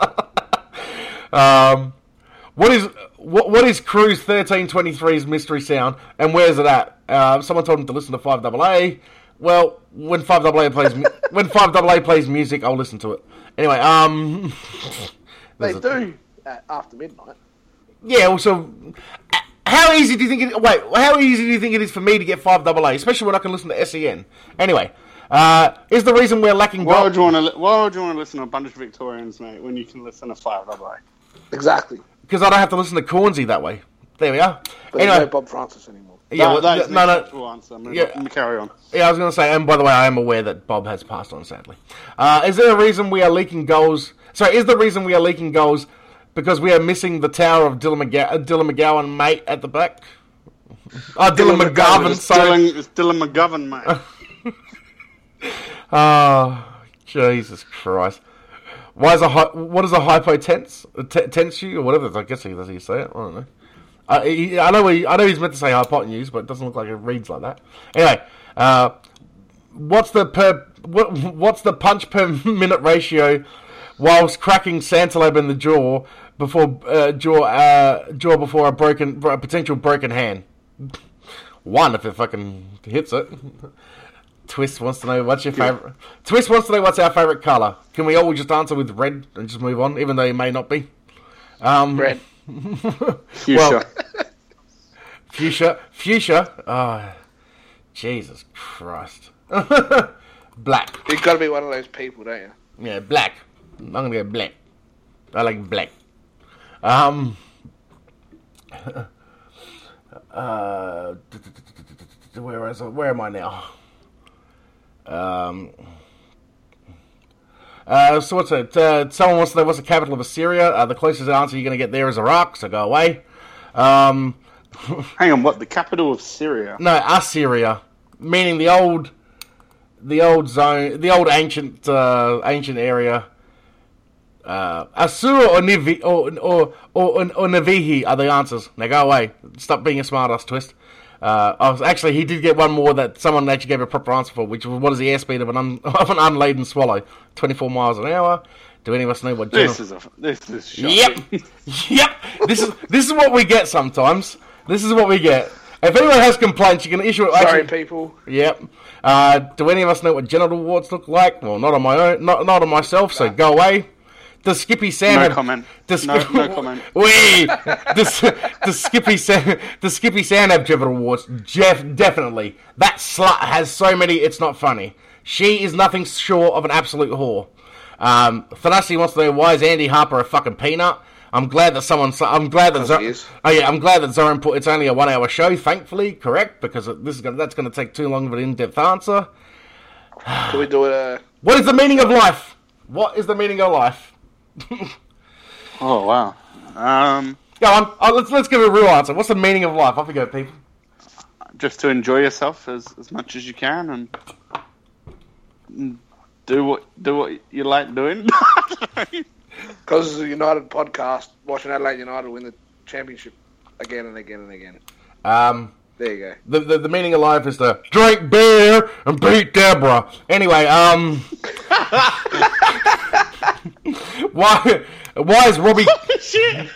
[laughs] um, what is what what is Cruz thirteen twenty three's mystery sound, and where's it at? Uh, someone told him to listen to Five A. Well, when Five A plays mu- [laughs] when Five A plays music, I'll listen to it. Anyway, um, [laughs] they there's a- do uh, after midnight. yeah. Also, how easy do you think? It, wait, how easy do you think it is for me to get Five A, especially when I can listen to Sen? Anyway, uh, is the reason we're lacking? Why goal- would you want to? Li- why would you want to listen to a bunch of Victorians, mate, when you can listen to Five Double A? Exactly. because I don't have to listen to Cornsey that way. There we are. But anyway, there's no Bob Francis anymore. yeah, well, that is no, the no, actual answer. Move Yeah. on- carry on. yeah. I was going to say, and by the way, I am aware that Bob has passed on. Sadly, uh, is there a reason we are leaking goals? Sorry, is the reason we are leaking goals because we are missing the tower of Dylan, McGow- uh, Dylan McGowan, mate, at the back? Oh, Dylan, McGowan. It's Sorry. Dylan, it's Dylan McGovern, [laughs] mate. Oh, Jesus Christ. Why is a hy- what is a hypotense? A te- tense you or whatever? I guess he does he say it. I don't know. Uh, he, I know he, I know he's meant to say hypotenuse, but it doesn't look like it reads like that. Anyway, uh, what's the per what, what's the punch per [laughs] minute ratio whilst cracking Santalab in the jaw before uh, jaw uh, jaw before a broken a potential broken hand? One if it fucking hits it. Twist wants to know what's your favorite. Twist wants to know what's our favorite color. Can we all just answer with red and just move on, even though it may not be? Um, Red. You [laughs] Well- sure? Fuchsia, fuchsia. Oh, Jesus Christ. [laughs] black. You've got to be one of those people, don't you? Yeah, black. I'm gonna go black. I like black. Um. [laughs] Uh, where is where am I now? Um. Uh, so what's it? Uh, someone wants to know what's the capital of Assyria. Uh, the closest answer you're gonna get there is Iraq, so go away. Um, Hang on. What? The capital of Syria? no, Assyria, meaning the old, the old zone, the old ancient, uh, ancient area. Uh, Asura or Nivi or or or, or Navihi are the answers. Now go away. Stop being a smartass, twist. Uh, I was, actually, he did get one more that someone actually gave a proper answer for, which was what is the airspeed of an un, [laughs] of an unladen swallow? Twenty four miles an hour. Do any of us know what? general- This is a. This is. Shocking. Yep. [laughs] yep. This is this is what we get sometimes. This is what we get. If anyone has complaints, you can issue it. Sorry, actually- people. Yep. Uh, do any of us know what genital warts look like? Well, not on my own, not not on myself. So go away. Does Skippy Sam No have- comment. Does, No- no comment. Wee! does, does Skippy Sam does Skippy Sam have genital warts? Jeff, definitely. That slut has so many. It's not funny. She is nothing short of an absolute whore. Um, Thanasi wants to know why is Andy Harper a fucking peanut. I'm glad that someone. I'm glad that. Because he Zo- is. Oh yeah, I'm glad that Zoran put. It's only a one-hour show, thankfully. Correct, because it- this is gonna, that's going to take too long of an in-depth answer. Can we do it? Uh, What is the meaning of life? What is the meaning of life? Oh wow. Um, Go on. Oh, let's let's give a real answer. What's the meaning of life? Off we go, people. just to enjoy yourself as, as much as you can and do what do what you like doing. [laughs] Because it's a United podcast, watching Adelaide United win the championship again and again and again. Um, There you go. the, the the meaning of life is to drink beer and beat Deborah. Anyway, um, [laughs] why why is Robbie Shit.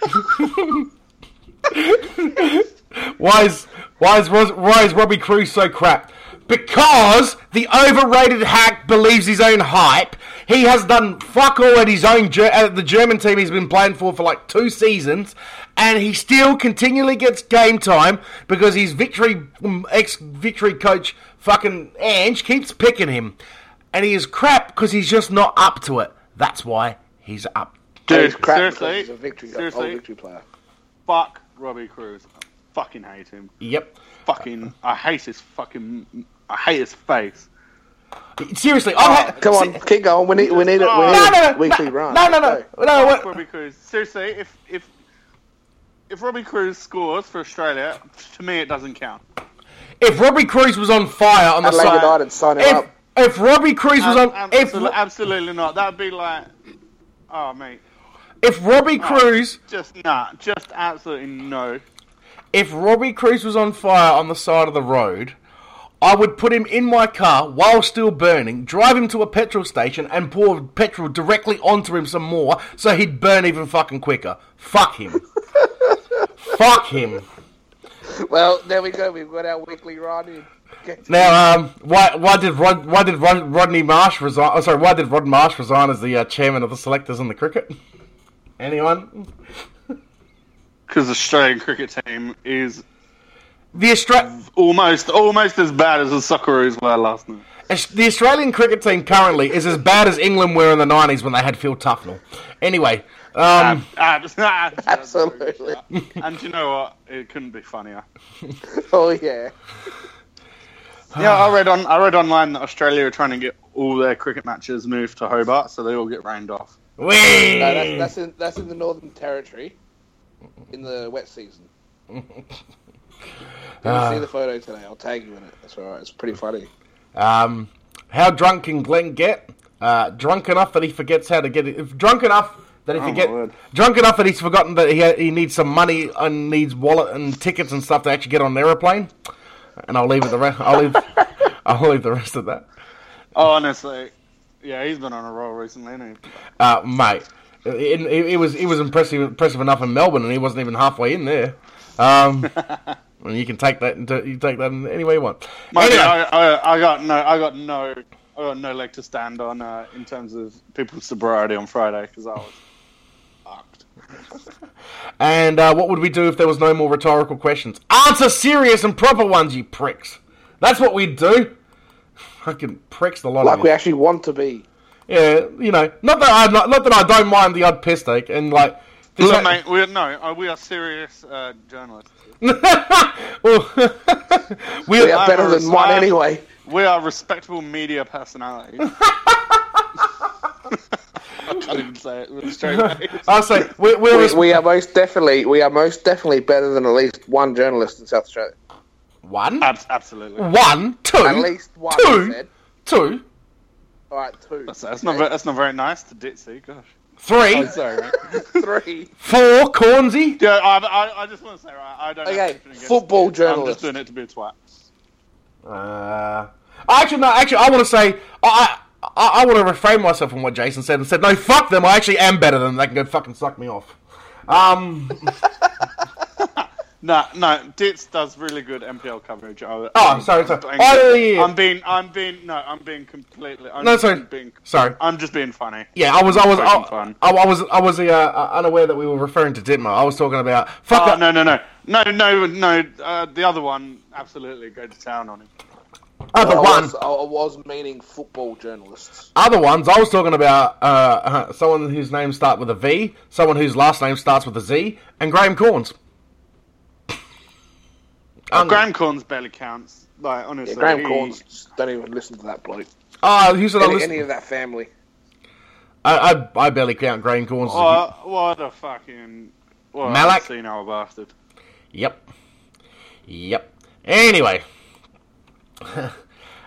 why is why is Ros- why is Robbie Cruz so crap? Because the overrated hack believes his own hype. He has done fuck all at his own Ger- at the German team he's been playing for for like two seasons, and he still continually gets game time because his victory ex victory coach fucking Ange keeps picking him, and he is crap because he's just not up to it. That's why he's up. He's Dude, crap because seriously, he's a victory, seriously, old victory player. fuck Robbie Cruz. I fucking hate him. Yep. Fucking, I hate his fucking, I hate his face. Seriously, I'm ha- Oh, Come on, keep going. We need, we need, it. we need No, no, a no, weekly no, run. No, no, Let's no, go. no. What, Fuck Robbie Cruz. Seriously, if if if Robbie Cruz scores for Australia, to me it doesn't count. if Robbie Cruz was on fire on the Adelaide side, United signing if, up. if Robbie Cruz was Ab- on, ab- if, absolu- absolutely not. That'd be like, oh mate, if Robbie Cruz, just nah, just absolutely no. if Robbie Cruz was on fire on the side of the road, I would put him in my car while still burning, drive him to a petrol station, and pour petrol directly onto him some more, so he'd burn even fucking quicker. Fuck [laughs] him. Fuck him. Well, there we go. We've got our weekly run in. Get- Now, um, why why did Rod, why did Rod, Rodney Marsh resign? Oh, sorry, why did Rod Marsh resign as the uh, chairman of the selectors in the cricket? Anyone? Because Australian cricket team is The Austra- almost almost as bad as the Socceroos were last night. the Australian cricket team currently is as bad as England were in the nineties when they had Phil Tufnell. Anyway, um, Ab- ab- [laughs] [laughs] Absolutely. and you know what? It couldn't [sighs] be funnier. Oh yeah. Yeah, I read on I read online that Australia are trying to get all their cricket matches moved to Hobart, so they all get rained off. whee! No, Hmm. that's, that's in that's in the Northern Territory, in the wet season. [laughs] Ah. Did you see the photo today? I'll tag you in it. That's all right. It's pretty funny. Um, how drunk can Glenn get? Uh, drunk enough that he forgets how to get it. If drunk enough that he Oh, my forget, word. drunk enough that he's forgotten that he he needs some money and needs wallet and tickets and stuff to actually get on an aeroplane. And I'll leave it the rest. I'll leave. [laughs] I'll leave the rest of that, Oh, honestly, yeah, he's been on a roll recently. Isn't he? uh, mate. It, it, it was it was impressive impressive enough in Melbourne, and he wasn't even halfway in there. [laughs] Um, and you can take that into, you take that in any way you want. Mate, Anyway. I, I, I got no, I got no, I got no leg to stand on uh, in terms of people's sobriety on Friday because I was fucked. And uh, what would we do if there was no more rhetorical questions? Answer serious and proper ones, you pricks. That's what we'd do. Fucking pricks, the lot Like of we you. actually want to be. Yeah, you know, not that I not, not that I don't mind the odd piss take, and like, this Look, mate, we're, no, uh, we are serious uh, journalists. [laughs] Well, we, [laughs] We are I'm better a than one retired- anyway. We are respectable media personalities. [laughs] I couldn't say it with a straight face. I say we, we're We, we are most definitely we are most definitely better than at least one journalist in South Australia. one, Abs- absolutely. one, two, At least one. I two, said. two, All right, two. That's, that's not ve- that's not very nice to Ditsy. Gosh. three, I'm sorry. Mate. [laughs] three. four, Cornsey. Yeah, I, I, I just want to say right. I don't. have Okay, anything against football you. I'm journalist. just doing it to be a twat. Uh, actually, no. Actually, I want to say I I, I want to refrain myself from what Jason said and said no. Fuck them. I actually am better than them. They can go fucking suck me off. Um. No, no, Ditz does really good MPL coverage. I, Oh, sorry, sorry. I'm, Oh, yeah, yeah. I'm being, I'm being, no, I'm being completely. I'm No, just sorry. Being, Sorry. I'm just being funny. Yeah, I was, I was, Fucking I, fun. I, I was, I was uh, uh, unaware that we were referring to Ditmo. I was talking about fuck. Oh, that- no, no, no, no, no, no. Uh, the other one, absolutely, go to town on him. other I one, was, I was meaning football journalists. other ones. I was talking about uh, uh, someone whose name starts with a V, someone whose last name starts with a Z, and Graham Corns. Um, Oh, Graham Corns barely counts. Like honestly, Yeah, Graham he- Corns don't even listen to that bloke. Uh, who's that I Any, listen- any of that family. I, I, I barely count grain corns. as a Oh, what a fucking what Malak? a senile bastard. Yep. Yep. Anyway. [laughs]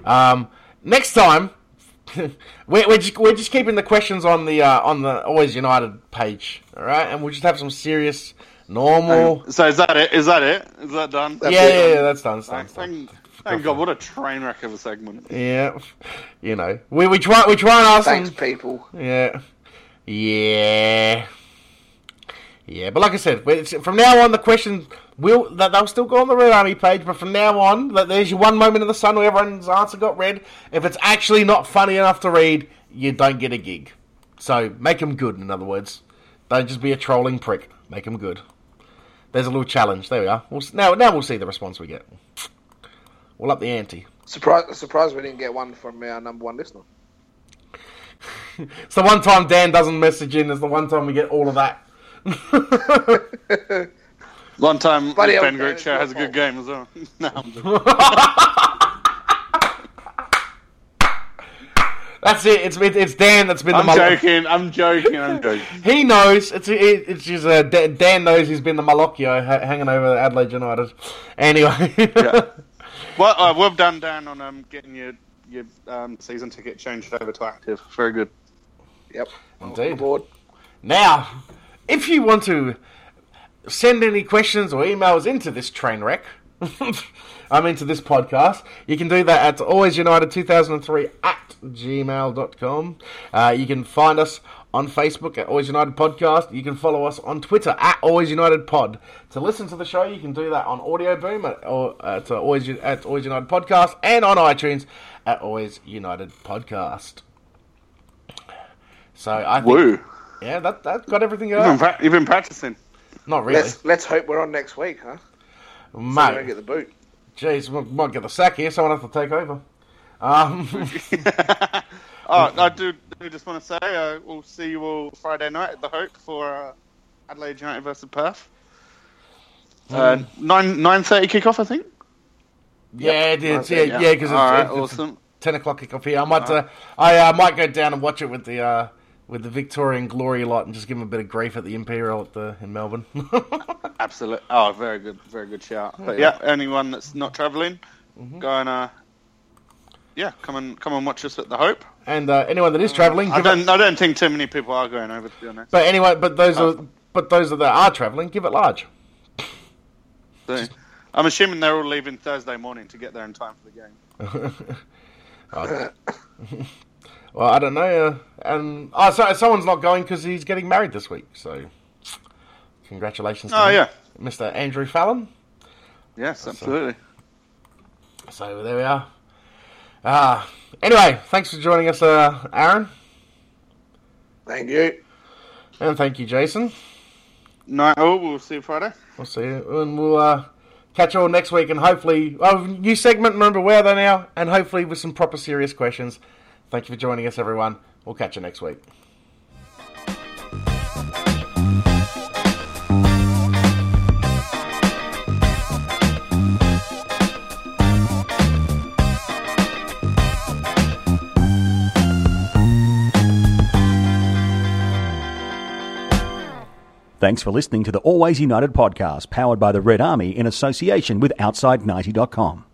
um, next time, [laughs] we're, we're, just, we're just keeping the questions on the uh, on the Always United page, all right? And we'll just have some serious, normal. So is that it? Is that it? Is that done? yeah, yeah, yeah, that's done. That's done, Thank, that's done. thank, thank God, what a train wreck of a segment. Yeah, you know, we we try we try and ask Thanks, them. people. Yeah, yeah, yeah. But like I said, we- it's- from now on, the question will that they'll still go on the Red Army page. But from now on, that there's your one moment in the sun where everyone's answer got read. If it's actually not funny enough to read, you don't get a gig. So make them good. In other words, don't just be a trolling prick. Make them good. There's a little challenge. There we are. We'll, s- now now we'll see the response we get. We'll up the ante. Surprise! Surprised we didn't get one from our number one listener. It's the one time Dan doesn't message in. It's the one time we get all of that. [laughs] Long time Bloody hell, Ben Dan, it's Groucho your has a good fault. game as well. [laughs] no, I'm joking. That's it. It's it- it's Dan that's been the I'm Malocchio. joking. I'm joking. I'm joking. He knows. It's it, it's just uh, Da- Dan knows he's been the Malocchio ha- hanging over Adelaide United. Anyway, [laughs] Well, uh, we've done Dan on um, getting your your um, season ticket changed over to active. Very good. Yep. Indeed. Board. Now, if you want to send any questions or emails into this train wreck, [laughs] I'm into this podcast, you can do that at alwaysunited2003 at gmail.com. Uh, you can find us on Facebook at Always United Podcast. You can follow us on Twitter at Always United Pod. To listen to the show, you can do that on Audio Boom at, or, at, uh, Always, at Always United Podcast and on iTunes at Always United Podcast. So I think Woo! yeah, that that got everything You've been, out. pra- you've been practicing. [laughs] Not really, Let's let's hope we're on next week, huh? So we don't mate. get the boot. Jeez, we might get the sack here. Someone has to take over. [laughs] Um, [laughs] oh, I do, do just want to say uh, we'll see you all Friday night at the Hope for uh, Adelaide United versus Perth. Uh, nine nine thirty kickoff, I think. yeah, it is. Yeah, Okay, yeah, because it's, All right, it's- it's awesome. ten o'clock kickoff here. I might, uh, I uh, might go down and watch it with the uh, with the Victorian Glory lot and just give them a bit of grief at the Imperial at the in Melbourne. [laughs] Absolutely. Oh, very good, very good shout. But yeah, anyone that's not travelling, go and uh, yeah, come and come and watch us at the Hope. and uh, anyone that is travelling, Mm, I give it- don't, I don't think too many people are going over to be honest. but anyway, but those Oh. are but those that are travelling, give it large. So, I'm assuming they're all leaving Thursday morning to get there in time for the game. Well, I don't know. Uh, and oh, so, someone's not going because he's getting married this week. So, congratulations! to Oh, him, yeah. Mr. Andrew Fallon. Yes, absolutely. So there we are. Ah, anyway, thanks for joining us, uh, Aaron, Thank you. and thank you, Jason. Night all. We'll see you Friday. We'll see you, and we'll uh, catch you all next week, and hopefully, oh, new segment. Remember where they now, and hopefully with some proper serious questions. Thank you for joining us, everyone. We'll catch you next week. Thanks for listening to the Always United podcast, powered by the Red Army in association with OutsideNighty.com.